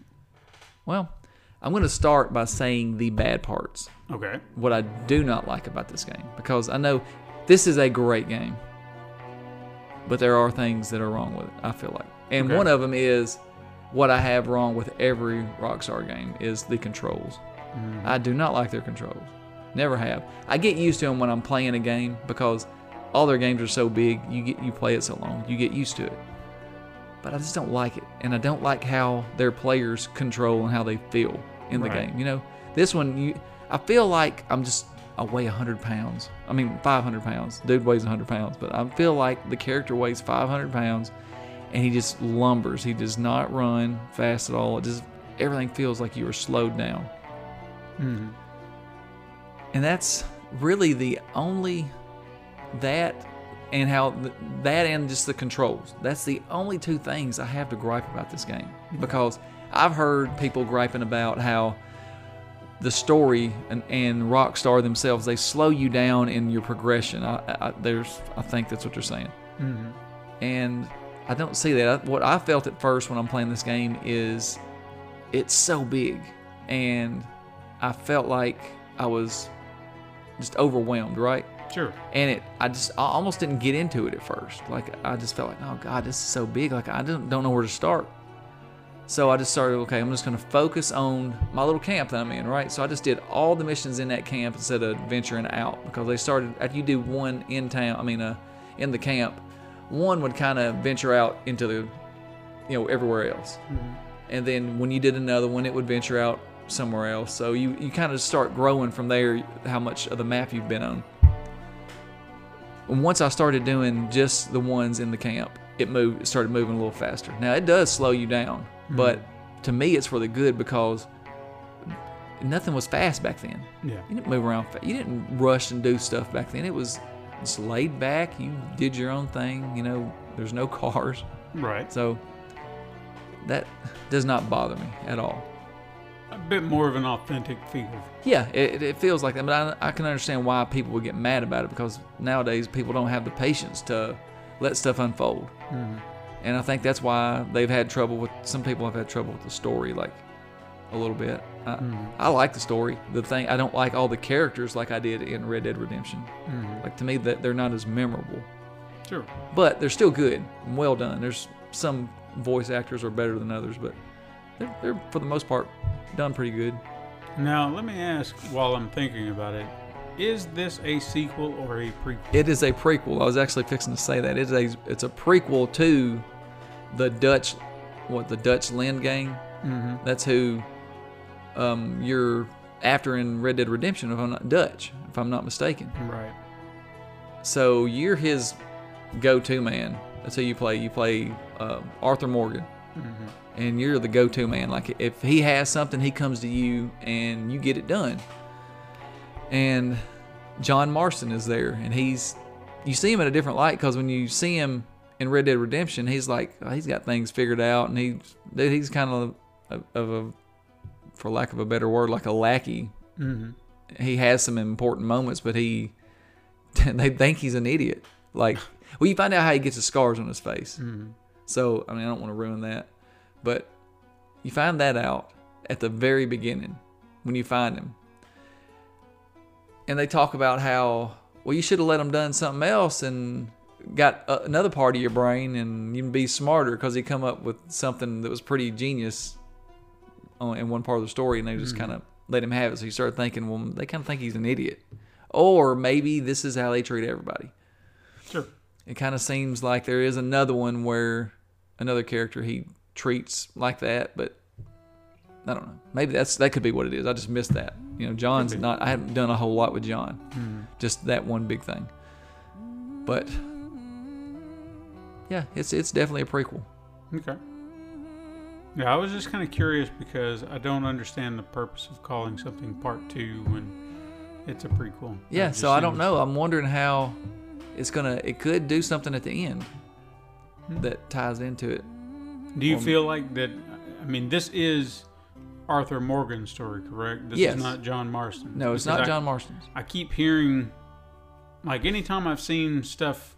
[SPEAKER 4] Well, I'm going to start by saying the bad parts,
[SPEAKER 3] Okay.
[SPEAKER 4] what I do not like about this game, because I know this is a great game, but there are things that are wrong with it, I feel like. And
[SPEAKER 3] Okay.
[SPEAKER 4] one of them is what I have wrong with every Rockstar game is the controls.
[SPEAKER 3] Mm-hmm.
[SPEAKER 4] I do not like their controls. Never have. I get used to them when I'm playing a game because all their games are so big. You get you play it so long, you get used to it. But I just don't like it, and I don't like how their players control and how they feel in the
[SPEAKER 3] Right.
[SPEAKER 4] game. You know, this one, you I feel like I'm just I weigh 100 pounds. I mean, 500 pounds. Dude weighs 100 pounds, but I feel like the character weighs 500 pounds, and he just lumbers. He does not run fast at all. It just everything feels like you are slowed down. And that's really the only that and how th- that and just the controls. That's the only two things I have to gripe about this game because I've heard people griping about how the story and, and Rockstar themselves they slow you down in your progression. I, I, I- there's I think that's what they're saying, and I don't see that. What I felt at first when I'm playing this game is it's so big, and I felt like I was just overwhelmed, right?
[SPEAKER 3] Sure.
[SPEAKER 4] and it i just i almost didn't get into it at first like i just felt like oh god this is so big like i don't, don't know where to start so i just started okay i'm just going to focus on my little camp that i'm in right so i just did all the missions in that camp instead of venturing out because they started after you do one in town i mean uh, in the camp one would kind of venture out into the you know everywhere else and then when you did another one it would venture out somewhere else so you, you kind of start growing from there how much of the map you've been on and once I started doing just the ones in the camp, it moved it started moving a little faster. Now it does slow you down, but to me it's for the good because nothing was fast back then.
[SPEAKER 3] Yeah.
[SPEAKER 4] You didn't move around. fa- You didn't rush and do stuff back then. It was just laid back. You did your own thing. You know, there's no cars,
[SPEAKER 3] Right.
[SPEAKER 4] so that does not bother me at all.
[SPEAKER 3] A bit more of an authentic feel.
[SPEAKER 4] Yeah, it, it feels like that, but I, I can understand why people would get mad about it because nowadays people don't have the patience to let stuff unfold, and I think that's why they've had trouble with some people have had trouble with the story like a little bit. I, I like the story. The thing I don't like all the characters like I did in Red Dead Redemption. Like to me that they're not as memorable,
[SPEAKER 3] Sure.
[SPEAKER 4] but they're still good and well done. There's some voice actors are better than others, but they're, they're for the most part done pretty good.
[SPEAKER 3] Now, let me ask while I'm thinking about it is this a sequel or a prequel?
[SPEAKER 4] It is a prequel. I was actually fixing to say that it is a it's a prequel to the Dutch, what the Dutch Lind gang. Mm-hmm. That's who um, you're after in Red Dead Redemption, if I'm not Dutch, if I'm not mistaken.
[SPEAKER 3] Right.
[SPEAKER 4] So you're his go-to man. That's who you play. You play uh, Arthur Morgan, and you're the go-to man. Like if he has something, he comes to you, and you get it done. And John Marston is there, and he's you see him in a different light because when you see him in Red Dead Redemption, he's like oh, he's got things figured out, and he dude, he's kind of a- of a for lack of a better word, like a lackey. Mm-hmm. He has some important moments, but he they think he's an idiot. Like, well, you find out how he gets the scars on his face. So, I mean, I don't want to ruin that, but you find that out at the very beginning when you find him. And they talk about how, well, you should have let him done something else and got a- another part of your brain and you'd be smarter because he come up with something that was pretty genius on- in one part of the story and they just kind of let him have it. So you start thinking, well, they kind of think he's an idiot. Or maybe this is how they treat everybody.
[SPEAKER 3] Sure.
[SPEAKER 4] it kind of seems like there is another one where another character he treats like that, but I don't know. Maybe that's that could be what it is. I just missed that. You know, John's not. I haven't done a whole lot with John. Just that one big thing. But yeah, it's it's definitely a prequel.
[SPEAKER 3] Okay. Yeah, I was just kind of curious because I don't understand the purpose of calling something part two when it's a prequel.
[SPEAKER 4] Yeah,
[SPEAKER 3] It just
[SPEAKER 4] so I don't
[SPEAKER 3] seems-
[SPEAKER 4] know. I'm wondering how it's gonna. It could do something at the end that ties into it.
[SPEAKER 3] Do you
[SPEAKER 4] Um,
[SPEAKER 3] feel like that? I mean, this is Arthur Morgan's story, correct? This
[SPEAKER 4] Yes.
[SPEAKER 3] is not John Marston.
[SPEAKER 4] No, it's
[SPEAKER 3] Because
[SPEAKER 4] not
[SPEAKER 3] I-
[SPEAKER 4] John Marston's.
[SPEAKER 3] I keep hearing, like, anytime I've seen stuff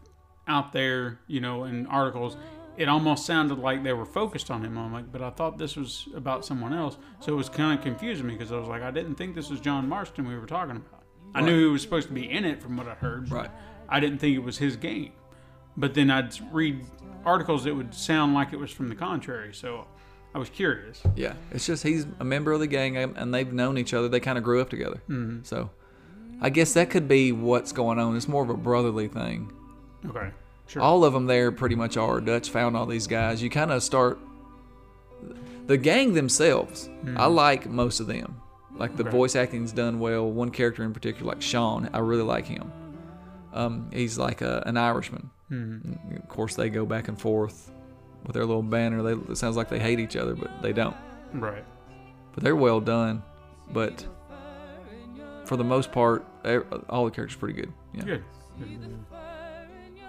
[SPEAKER 3] out there, you know, in articles, it almost sounded like they were focused on him. I'm like, but I thought this was about someone else. So it was kind of confusing me because I was like, I didn't think this was John Marston we were talking about. I knew he was supposed to be in it from what I heard.
[SPEAKER 4] Right.
[SPEAKER 3] I didn't think it was his game. But then I'd read articles that would sound like it was from the contrary. So I was curious.
[SPEAKER 4] Yeah, it's just he's a member of the gang, and and they've known each other. They kind of grew up together. Mm-hmm. So, I guess that could be what's going on. It's more of a brotherly thing.
[SPEAKER 3] Okay. Sure.
[SPEAKER 4] All of them there pretty much are. Dutch found all these guys. You kind of start the gang themselves. I like most of them. Like the voice acting's done well. One character in particular, like Sean, I really like him. Um, he's like a, an Irishman. And Of course, they go back and forth with their little banner. They, it sounds like they hate each other, but they don't
[SPEAKER 3] right.
[SPEAKER 4] but they're well done. But for the most part, e- all the characters are pretty good. Yeah.
[SPEAKER 3] Good. Good.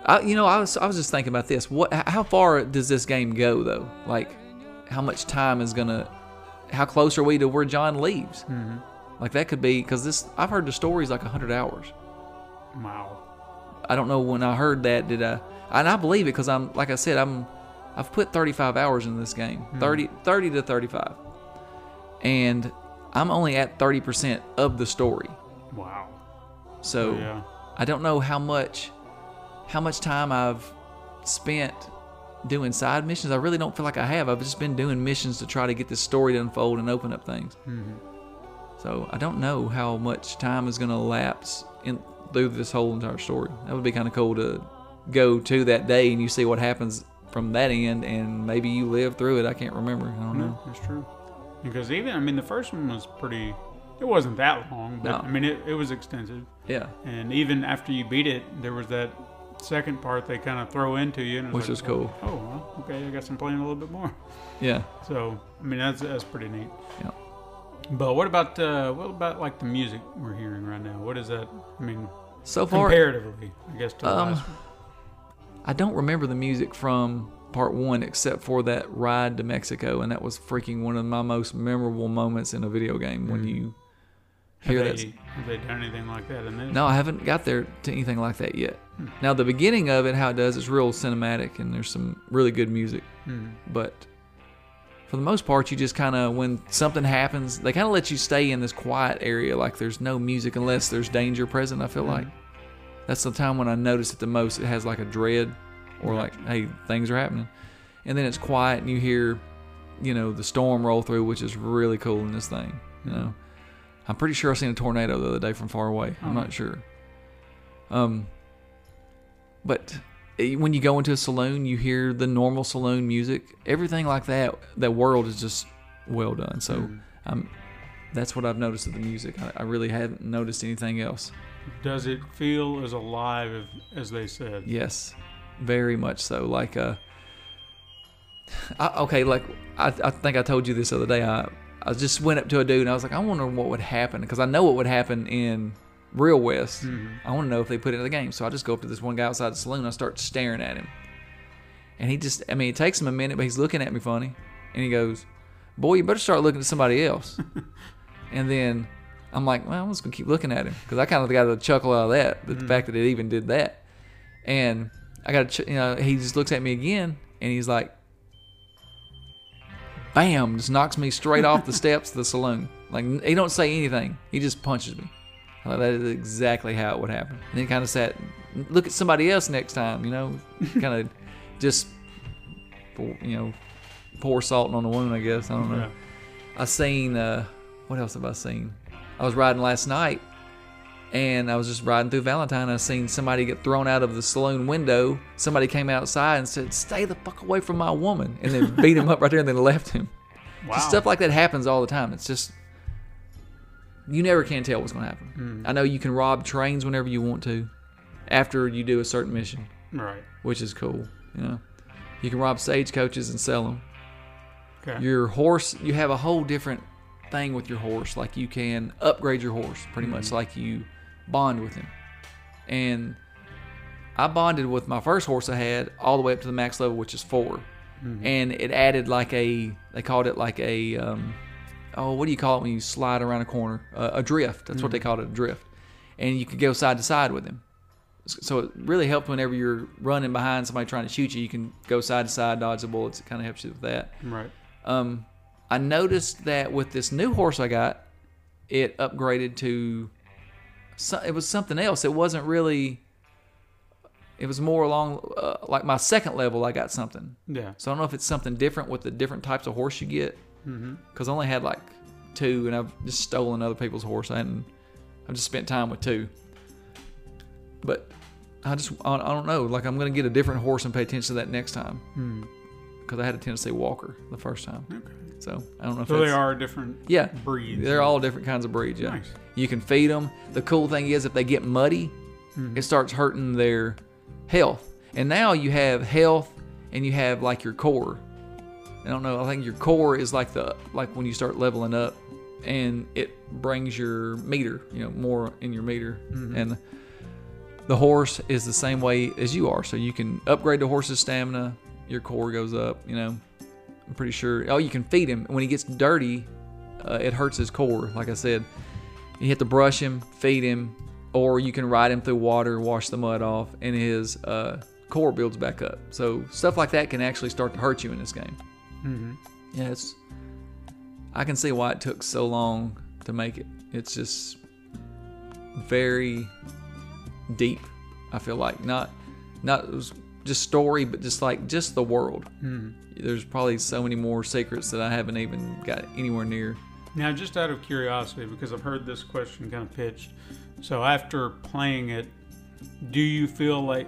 [SPEAKER 4] I, you know, I was I was just thinking about this. What? h- How far does this game go though? Like, how much time is gonna? How close are we to where John leaves? Mm-hmm. Like that could be because this I've heard the story's like hundred hours.
[SPEAKER 3] Wow.
[SPEAKER 4] I don't know when I heard that. Did I? And I believe it because I'm like I said I'm I've put 35 hours in this game. 30 30 to 35. And I'm only at 30% of the story.
[SPEAKER 3] Wow.
[SPEAKER 4] So
[SPEAKER 3] Oh, Yeah.
[SPEAKER 4] I don't know how much how much time I've spent doing side missions. I really don't feel like I have. I've just been doing missions to try to get this story to unfold and open up things. So I don't know how much time is going to elapse in through this whole entire story. That would be kind of cool to go to that day and you see what happens from that end, and maybe you live through it. I can't remember. I don't know.
[SPEAKER 3] No, that's true. Because even I mean, the first one was pretty. It wasn't that long, but
[SPEAKER 4] No.
[SPEAKER 3] I mean, it, it was extensive.
[SPEAKER 4] Yeah,
[SPEAKER 3] And even after you beat it, there was that second part they kind of throw into you, and it's
[SPEAKER 4] which
[SPEAKER 3] like,
[SPEAKER 4] was cool.
[SPEAKER 3] Oh, well, okay, I guess I'm playing a little bit more.
[SPEAKER 4] Yeah,
[SPEAKER 3] So I mean, that's that's pretty neat.
[SPEAKER 4] yeah.
[SPEAKER 3] But what about uh, what about like the music we're hearing right now? What is that? I mean,
[SPEAKER 4] So far,
[SPEAKER 3] comparatively, I guess to the
[SPEAKER 4] Um,
[SPEAKER 3] last one.
[SPEAKER 4] I don't remember the music from part one except for that ride to Mexico, and that was freaking one of my most memorable moments in a video game when you hear
[SPEAKER 3] Mm-hmm. have
[SPEAKER 4] that.
[SPEAKER 3] they, have they done anything like that in this?
[SPEAKER 4] No, I haven't got there to anything like that yet. Now the beginning of it, how it does, it's real cinematic, and there's some really good music. But for the most part, you just kind of when something happens, they kind of let you stay in this quiet area, like there's no music unless there's danger present. I feel like that's the time when I notice it the most. It has like a dread, or like, hey, things are happening, and then it's quiet, and you hear, you know, the storm roll through, which is really cool in this thing. You know, I'm pretty sure I seen a tornado the other day from far away. I'm not sure. Um, but eh, when you go into a saloon, you hear the normal saloon music. Everything like that. That world is just well done. So, um, that's what I've noticed of the music. I, I really haven't noticed anything else.
[SPEAKER 3] Does it feel as alive as they said?
[SPEAKER 4] Yes, very much so. Like, uh, I, okay, like I, I think I told you this other day. I I just went up to a dude and I was like, I wonder what would happen because I know what would happen in Real West. I want to know if they put it in the game. So I just go up to this one guy outside the saloon. I start staring at him, and he just—I mean, it takes him a minute, but he's looking at me funny, and he goes, "Boy, you better start looking at somebody else." and then I'm like, "Well, I'm just gonna keep looking at him because I kind of got a chuckle out of that, but the fact that it even did that." And I got to, ch- you know, he just looks at me again and he's like, bam, just knocks me straight off the steps of the saloon. Like, n- he don't say anything. He just punches me. I'm like, that is exactly how it would happen. And then kind of sat, look at somebody else next time, you know, kind of just, pour- you know, pour salt on the wound, I guess. I don't know.
[SPEAKER 3] Yeah.
[SPEAKER 4] I seen uh, what else have I seen? I was riding last night, And I was just riding through Valentine. I seen somebody get thrown out of the saloon window. Somebody came outside and said, "Stay the fuck away from my woman," and then beat him up right there and then left him.
[SPEAKER 3] Wow.
[SPEAKER 4] Stuff like that happens all the time. It's just you never can tell what's going to happen. I know you can rob trains whenever you want to after you do a certain mission,
[SPEAKER 3] right.
[SPEAKER 4] which is cool. You know, you can rob stagecoaches and sell them.
[SPEAKER 3] Okay.
[SPEAKER 4] Your horse, you have a whole different thing with your horse. Like you can upgrade your horse pretty much like you bond with him. And I bonded with my first horse I had all the way up to the max level, which is 4 And it added like a, they called it like a, um, oh, what do you call it when you slide around a corner? Uh, a drift. That's what they called it, a drift. And you could go side to side with him. S- So it really helped whenever you're running behind somebody trying to shoot you. You can go side to side, dodge the bullets. It kind of helps you with that.
[SPEAKER 3] right.
[SPEAKER 4] Um, I noticed that with this new horse I got, it upgraded to. so- It was something else. It wasn't really. It was more along uh, like my second level. I got something.
[SPEAKER 3] Yeah.
[SPEAKER 4] So I don't know if it's something different with the different types of horse you get. Because I only had like two, and I've just stolen other people's horse. I hadn't. I've just spent time with two. But I just I, I don't know. Like I'm gonna get a different horse and pay attention to that next time. Because I had a Tennessee Walker the first time. Okay. So I don't know if
[SPEAKER 3] So
[SPEAKER 4] that's,
[SPEAKER 3] they are different.
[SPEAKER 4] yeah
[SPEAKER 3] breeds.
[SPEAKER 4] They're all different kinds of breeds. Yeah.
[SPEAKER 3] Nice.
[SPEAKER 4] You can feed them. The cool thing is if they get muddy,
[SPEAKER 3] Mm-hmm.
[SPEAKER 4] it starts hurting their health. And now you have health, and you have like your core. I don't know. I think your core is like the like when you start leveling up, and it brings your meter, you know, more in your meter.
[SPEAKER 3] Mm-hmm.
[SPEAKER 4] And the horse is the same way as you are, so you can upgrade the horse's stamina. Your core goes up. You know, I'm pretty sure. Oh, you can feed him. When he gets dirty, uh, it hurts his core. Like I said, you have to brush him, feed him, or you can ride him through water, wash the mud off, and his uh, core builds back up. So stuff like that can actually start to hurt you in this game. Mm-hmm. Yeah, it's. I can see why it took so long to make it. It's just very deep. I feel like not not it was just story, but just like just the world. There's probably so many more secrets that I haven't even got anywhere near.
[SPEAKER 3] Now, just out of curiosity, because I've heard this question kind of pitched. So after playing it, do you feel like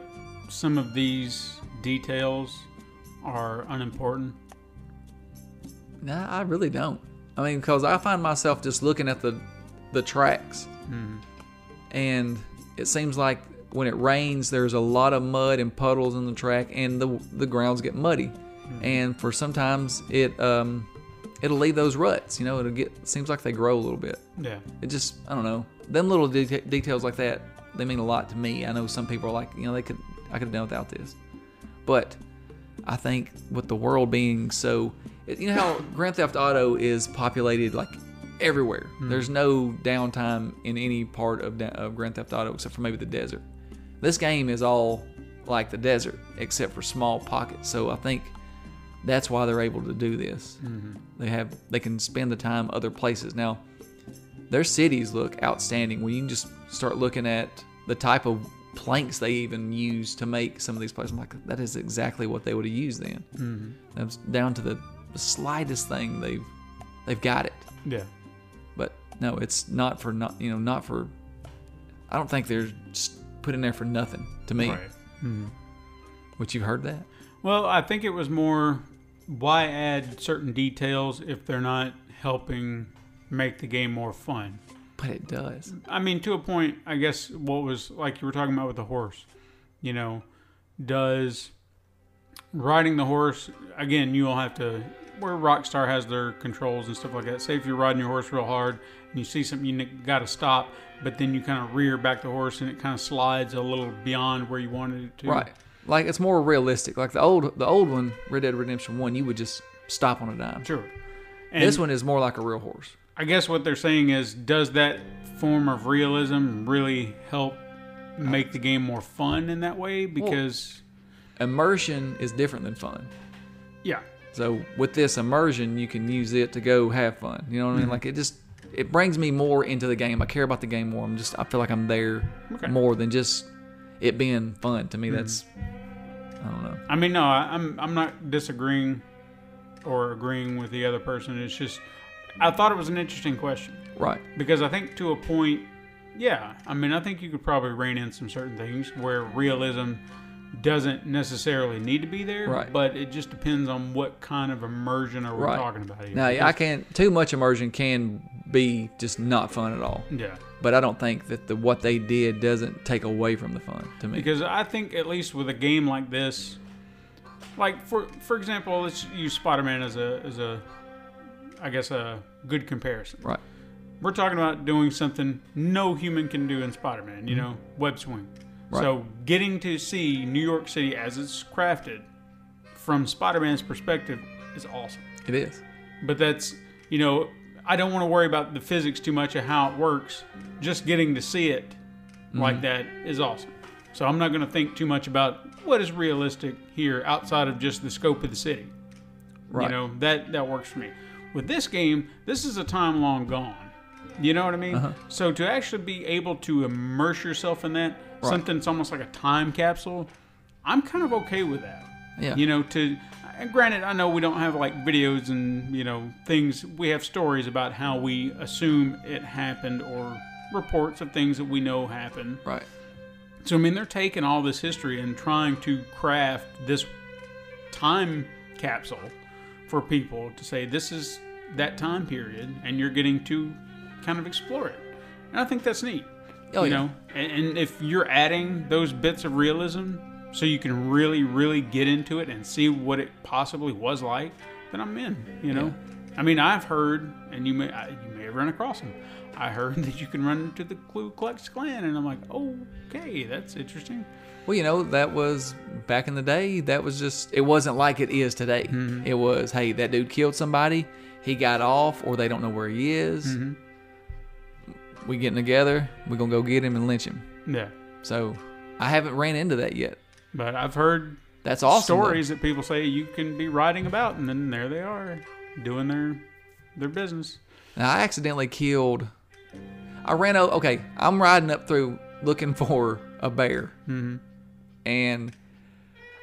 [SPEAKER 3] some of these details are unimportant?
[SPEAKER 4] No, I really don't. I mean, because I find myself just looking at the the tracks, and it seems like when it rains, there's a lot of mud and puddles in the track, and the the grounds get muddy. And for sometimes it um it'll leave those ruts. You know, it'll get seems like they grow a little bit.
[SPEAKER 3] Yeah.
[SPEAKER 4] It just I don't know. Them little de- details like that they mean a lot to me. I know some people are like you know they could I could have done without this, but I think with the world being so, you know how Grand Theft Auto is populated like everywhere. There's no downtime in any part of, da- of Grand Theft Auto except for maybe the desert. This game is all like the desert except for small pockets. So I think that's why they're able to do this. They have they can spend the time other places. Now their cities look outstanding when you just start looking at the type of planks they even use to make some of these places. I'm like, that is exactly what they would have used then. Mm-hmm. That's down to the slightest thing they've they've got it.
[SPEAKER 3] Yeah.
[SPEAKER 4] But no, it's not for not you know not for. I don't think they're just put in there for nothing to me.
[SPEAKER 3] Right.
[SPEAKER 4] Which you've heard that.
[SPEAKER 3] Well, I think it was more why add certain details if they're not helping make the game more fun.
[SPEAKER 4] But it does.
[SPEAKER 3] I mean, to a point, I guess what was like you were talking about with the horse, you know, does riding the horse again? You will have to where Rockstar has their controls and stuff like that. Say if you're riding your horse real hard and you see something, you got to stop, but then you kind of rear back the horse and it kind of slides a little beyond where you wanted it to.
[SPEAKER 4] Right. Like it's more realistic. Like the old the old one, Red Dead Redemption One, you would just stop on a dime.
[SPEAKER 3] Sure. And
[SPEAKER 4] This one is more like a real horse.
[SPEAKER 3] I guess what they're saying is, does that form of realism really help
[SPEAKER 4] Uh,
[SPEAKER 3] make the game more fun in that way? Because
[SPEAKER 4] immersion is different than fun.
[SPEAKER 3] yeah,
[SPEAKER 4] So with this immersion, you can use it to go have fun. You know what I
[SPEAKER 3] Mm-hmm.
[SPEAKER 4] mean? Like it just it brings me more into the game. I care about the game more. I'm just I feel like I'm there
[SPEAKER 3] Okay. Mm-hmm.
[SPEAKER 4] more than just it being fun. To me, that's I don't know.
[SPEAKER 3] I mean, no, I, I'm I'm not disagreeing or agreeing with the other person. It's just I thought it was an interesting question
[SPEAKER 4] Right.
[SPEAKER 3] because I think to a point yeah, I mean, I think you could probably rein in some certain things where realism doesn't necessarily need to be there,
[SPEAKER 4] Right.
[SPEAKER 3] but it just depends on what kind of immersion are we
[SPEAKER 4] Right.
[SPEAKER 3] talking about here.
[SPEAKER 4] Now, I can't. Too much immersion can be just not fun at all.
[SPEAKER 3] yeah,
[SPEAKER 4] But I don't think that the what they did doesn't take away from the fun to me.
[SPEAKER 3] because I think at least with a game like this, like for for example, let's use Spider-Man as a as a I guess a good comparison.
[SPEAKER 4] Right.
[SPEAKER 3] We're talking about doing something no human can do in Spider-Man, you know, web swing.
[SPEAKER 4] Right.
[SPEAKER 3] So getting to see New York City as it's crafted from Spider-Man's perspective is awesome.
[SPEAKER 4] It is.
[SPEAKER 3] But that's, you know, I don't want to worry about the physics too much of how it works. Just getting to see it like that is awesome. So I'm not going to think too much about what is realistic here outside of just the scope of the city.
[SPEAKER 4] Right.
[SPEAKER 3] You know, that that works for me. With this game, this is a time long gone. You know what I mean? So to actually be able to immerse yourself in that, something that's almost like a time capsule, I'm kind of okay with that
[SPEAKER 4] yeah.
[SPEAKER 3] you know to and granted i know we don't have like videos and you know things we have stories about how we assume it happened or reports of things that we know happened
[SPEAKER 4] right.
[SPEAKER 3] so i mean they're taking all this history and trying to craft this time capsule for people to say this is that time period and you're getting to kind of explore it and i think that's neat
[SPEAKER 4] Oh,
[SPEAKER 3] you
[SPEAKER 4] yeah.
[SPEAKER 3] know and, and if you're adding those bits of realism so you can really really get into it and see what it possibly was like then i'm in you know i mean i've heard and you may I, you may have run across them i heard that you can run into the ku klux klan and i'm like okay that's interesting
[SPEAKER 4] Well, you know, that was back in the day. That was just, it wasn't like it is today. It was, hey, that dude killed somebody. He got off, or they don't know where he is. We getting together. We're gonna go get him and lynch him.
[SPEAKER 3] yeah
[SPEAKER 4] So, I haven't ran into that yet.
[SPEAKER 3] but i've heard
[SPEAKER 4] That's awesome. though.
[SPEAKER 3] stories that people say you can be writing about and then there they are doing their their business
[SPEAKER 4] Now, I accidentally killed. I ran out. Okay, I'm riding up through looking for a bear, mm-hmm. and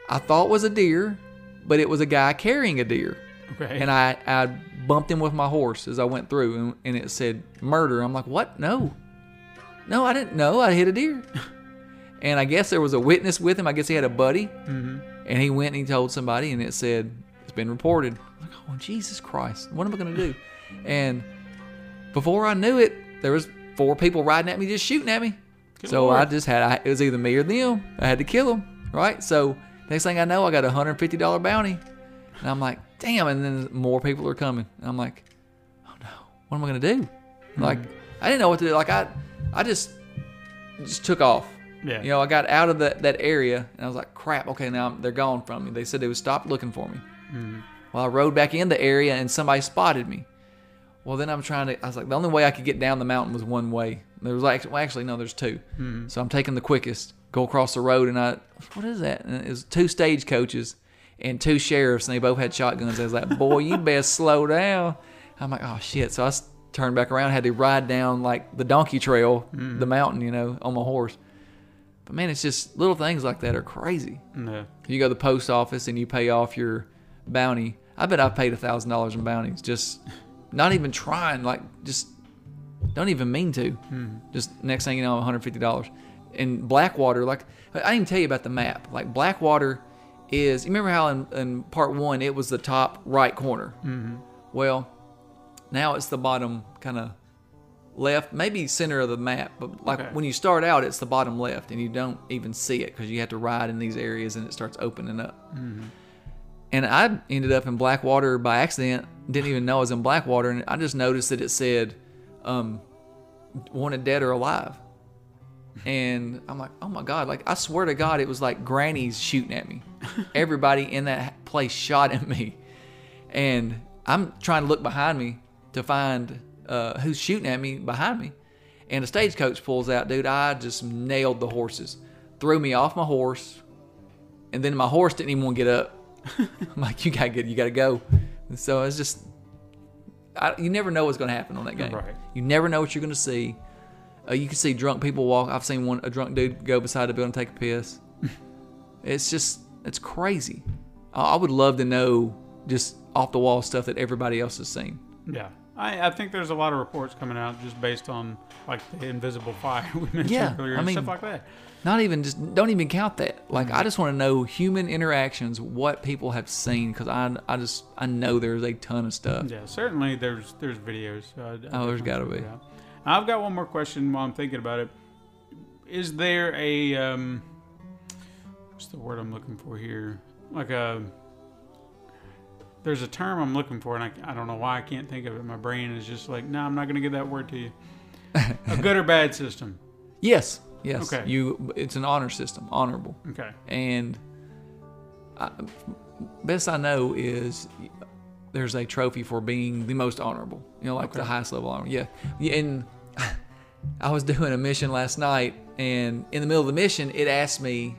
[SPEAKER 4] I thought was a deer, but it was a guy carrying a deer,
[SPEAKER 3] okay
[SPEAKER 4] and I I bumped him with my horse as I went through, and, and it said murder. I'm like, what? No, no, I didn't know. I hit a deer, and I guess there was a witness with him. I guess he had a buddy, mm-hmm. and he went and he told somebody, and it said it's been reported. I'm like, oh Jesus Christ, what am I gonna do? and before I knew it, there was four people riding at me, just shooting at me. so
[SPEAKER 3] Lord.
[SPEAKER 4] I just had I, it was either me or them. I had to kill them, right? So next thing I know, I got a hundred fifty dollar bounty, and I'm like, damn! And then more people are coming, and I'm like, oh no, what am I gonna do? Like I didn't know what to do. Like I, I just just took off.
[SPEAKER 3] Yeah.
[SPEAKER 4] You know, I got out of that that area, and I was like, crap. Okay, now I'm, they're gone from me. They said they would stop looking for me. Well, I rode back in the area, and somebody spotted me. Well, then I'm trying to. I was like, the only way I could get down the mountain was one way. There was like, well, actually, no, there's 2 So I'm taking the quickest, go across the road, and I, what is that? And it was two stagecoaches and two sheriffs, and they both had shotguns. I was like, boy, you best slow down. I'm like, oh shit. So I s- turned back around, had to ride down like the donkey trail, the mountain, you know, on my horse. But man, it's just little things like that are crazy.
[SPEAKER 3] Yeah.
[SPEAKER 4] You go to the post office and you pay off your bounty. I bet I've paid a thousand dollars in bounties. Just not even trying, like just don't even mean to. Just next thing you know, I'm 150 dollars. And Blackwater, like I didn't even tell you about the map. Like Blackwater is. You remember how in, in part one it was the top right corner. Mm-hmm. Well, now it's the bottom kind of left, maybe center of the map. But like
[SPEAKER 3] Okay.
[SPEAKER 4] when you start out, it's the bottom left, and you don't even see it because you have to ride in these areas, and it starts opening up and I ended up in Blackwater by accident. Didn't even know I was in Blackwater, and I just noticed that it said, um, "Wanted dead or alive," and I'm like, "Oh my god!" Like I swear to God, it was like grannies shooting at me. Everybody in that place shot at me, and I'm trying to look behind me to find uh, who's shooting at me behind me. And a stagecoach pulls out, dude. I just nailed the horses, threw me off my horse, and then my horse didn't even want to get up. I'm like, you gotta get, you gotta go. And so it's just, I, you never know what's gonna happen on that game.
[SPEAKER 3] Right.
[SPEAKER 4] You never know what you're gonna see. Uh, you can see drunk people walk. I've seen one a drunk dude go beside a building and take a piss. it's just, it's crazy. I, I would love to know just off the wall stuff that everybody else has seen.
[SPEAKER 3] yeah I, I think there's a lot of reports coming out just based on like the invisible fire we mentioned
[SPEAKER 4] Yeah,
[SPEAKER 3] earlier
[SPEAKER 4] I
[SPEAKER 3] and
[SPEAKER 4] mean-
[SPEAKER 3] stuff like that.
[SPEAKER 4] Not even just don't even count that. Like I just want to know human interactions, what people have seen, because I I just I know there's a ton of stuff.
[SPEAKER 3] Yeah, certainly there's there's videos. Uh,
[SPEAKER 4] Oh, there's gotta be.
[SPEAKER 3] I've got one more question while I'm thinking about it. Is there a um, what's the word I'm looking for here? Like a there's a term I'm looking for, and I, I don't know why I can't think of it. My brain is just like, no, I'm not gonna give that word to you. a good or bad system.
[SPEAKER 4] Yes, yes.
[SPEAKER 3] Okay.
[SPEAKER 4] You, it's an honor system, honorable,
[SPEAKER 3] Okay.
[SPEAKER 4] and I, best I know is there's a trophy for being the most honorable. You know, like the highest level honor. Yeah, yeah and. I was doing a mission last night, and in the middle of the mission, it asked me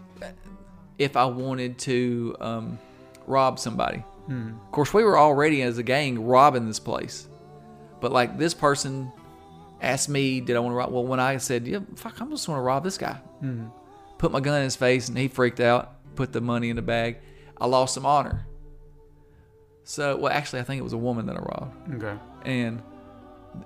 [SPEAKER 4] if I wanted to um, rob somebody. Of course, we were already as a gang robbing this place, but like this person asked me, "Did I want to rob?" Well, when I said, "Yeah, fuck, I am just want to rob this guy," put my gun in his face, and he freaked out. Put the money in the bag. I lost some honor. So, well, actually, I think it was a woman that I robbed
[SPEAKER 3] Okay.
[SPEAKER 4] and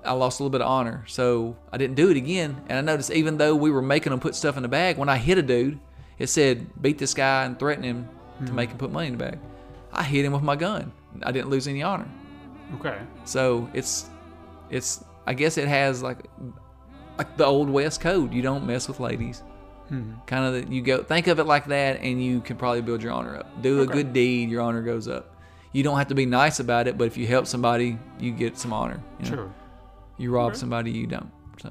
[SPEAKER 4] I lost a little bit of honor. So I didn't do it again. And I noticed even though we were making them put stuff in the bag, when I hit a dude, it said beat this guy and threaten him to make him put money in the bag. I hit him with my gun. I didn't lose any honor.
[SPEAKER 3] Okay.
[SPEAKER 4] So it's it's I guess it has like like the old West code. You don't mess with ladies. Kind of that you go think of it like that, and you can probably build your honor up. Do a good deed, your honor goes up. You don't have to be nice about it, but if you help somebody, you get some honor. You know?
[SPEAKER 3] Sure.
[SPEAKER 4] You rob somebody, you don't. So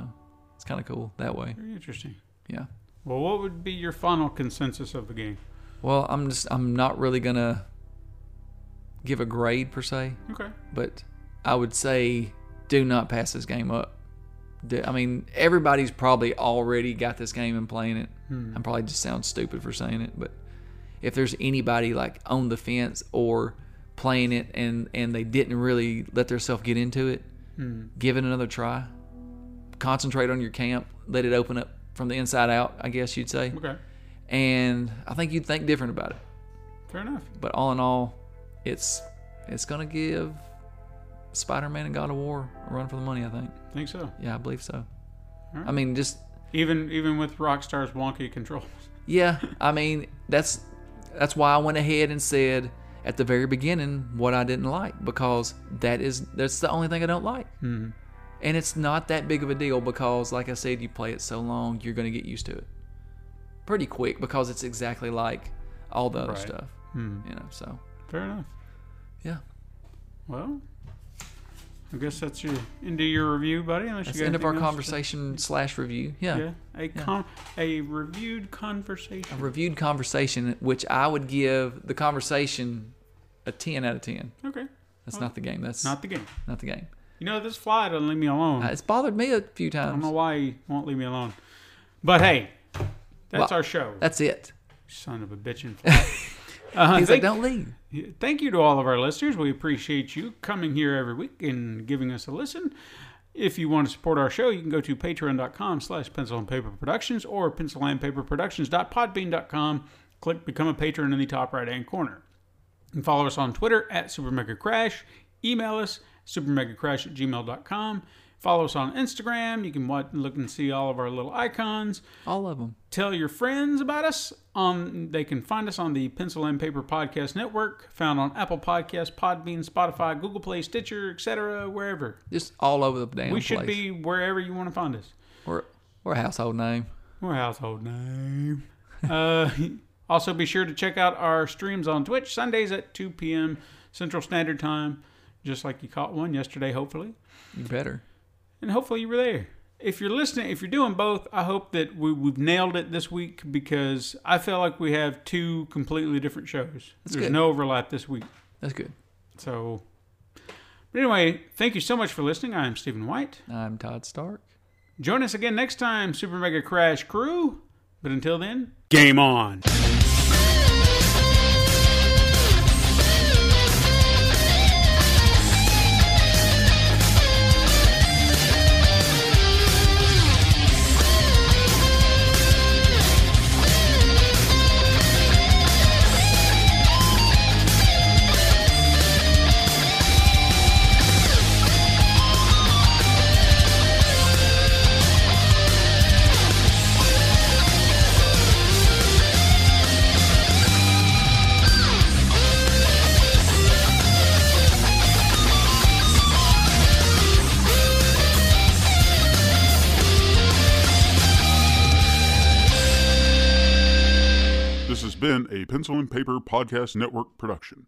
[SPEAKER 4] it's kind of cool that way.
[SPEAKER 3] Very interesting.
[SPEAKER 4] Yeah.
[SPEAKER 3] Well, what would be your final consensus of the game?
[SPEAKER 4] Well, I'm just I'm not really gonna give a grade per se.
[SPEAKER 3] Okay.
[SPEAKER 4] but I would say do not pass this game up. Do- I mean, everybody's probably already got this game and playing it. I'm probably just sound stupid for saying it, but if there's anybody like on the fence or playing it and and they didn't really let themselves get into it, give it another try. Concentrate on your camp. Let it open up from the inside out. I guess you'd say.
[SPEAKER 3] Okay.
[SPEAKER 4] And I think you'd think different about it
[SPEAKER 3] Fair enough.
[SPEAKER 4] but all in all, it's it's gonna give Spider-Man and God of War a run for the money. I think.
[SPEAKER 3] Think so.
[SPEAKER 4] Yeah, I believe so.
[SPEAKER 3] Alright.
[SPEAKER 4] I mean, just
[SPEAKER 3] Even even with Rockstar's wonky controls.
[SPEAKER 4] yeah. I mean, that's that's why I went ahead and said at the very beginning what I didn't like because that is that's the only thing I don't like. And it's not that big of a deal because, like I said, you play it so long, you're gonna get used to it pretty quick because it's exactly like all the other
[SPEAKER 3] Right.
[SPEAKER 4] stuff. You know, so
[SPEAKER 3] Fair enough.
[SPEAKER 4] yeah.
[SPEAKER 3] Well, I guess that's your end of your review, buddy. Unless
[SPEAKER 4] That's
[SPEAKER 3] you
[SPEAKER 4] the
[SPEAKER 3] got
[SPEAKER 4] end of our
[SPEAKER 3] anything else to-
[SPEAKER 4] conversation slash review. Yeah.
[SPEAKER 3] Yeah, a con- a reviewed conversation.
[SPEAKER 4] Reviewed conversation, which I would give the conversation a 10 out of 10.
[SPEAKER 3] Okay,
[SPEAKER 4] That's not the game. That's
[SPEAKER 3] not
[SPEAKER 4] not,
[SPEAKER 3] the game.
[SPEAKER 4] the game.
[SPEAKER 3] You know this fly doesn't leave me alone.
[SPEAKER 4] Uh,
[SPEAKER 3] I
[SPEAKER 4] it's bothered me a few
[SPEAKER 3] don't
[SPEAKER 4] times.
[SPEAKER 3] know why he won't leave me alone. But hey, that's
[SPEAKER 4] Well,
[SPEAKER 3] our show.
[SPEAKER 4] That's it.
[SPEAKER 3] Son of a bitch and fly. Uh,
[SPEAKER 4] He's like,
[SPEAKER 3] thank-
[SPEAKER 4] don't leave.
[SPEAKER 3] Thank you to all of our listeners. We appreciate you coming here every week and giving us a listen. If you want to support our show, you can go to patreon.com slash pencil and paper productions or pencil and paper productions.podbean.com. Click become a patron in the top right hand corner. And follow us on Twitter at supermegacrash. Email us supermegacrash at gmail.com. Follow us on Instagram. You can wa- look and see all of our little icons
[SPEAKER 4] All of them.
[SPEAKER 3] tell your friends about us on they can find us on the pencil and paper podcast network found on apple Podcasts, podbean spotify google play stitcher etc wherever
[SPEAKER 4] Just all over the damn
[SPEAKER 3] we
[SPEAKER 4] place.
[SPEAKER 3] should be wherever you want to find us
[SPEAKER 4] Or, or a household name.
[SPEAKER 3] or household name uh, also be sure to check out our streams on twitch sundays at 2 p.m central standard time just like you caught one yesterday hopefully
[SPEAKER 4] You better.
[SPEAKER 3] and hopefully you were there. If you're listening, if you're doing both, I hope that we, we've nailed it this week because I feel like we have two completely different shows. There's
[SPEAKER 4] good.
[SPEAKER 3] no overlap this week.
[SPEAKER 4] That's good.
[SPEAKER 3] So, but anyway, thank you so much for listening. I am Stephen White.
[SPEAKER 4] I'm Todd Stark.
[SPEAKER 3] Join us again next time, Super Mega Crash Crew. But until then, game on.
[SPEAKER 6] Thank
[SPEAKER 7] been a Pencil and Paper Podcast Network production.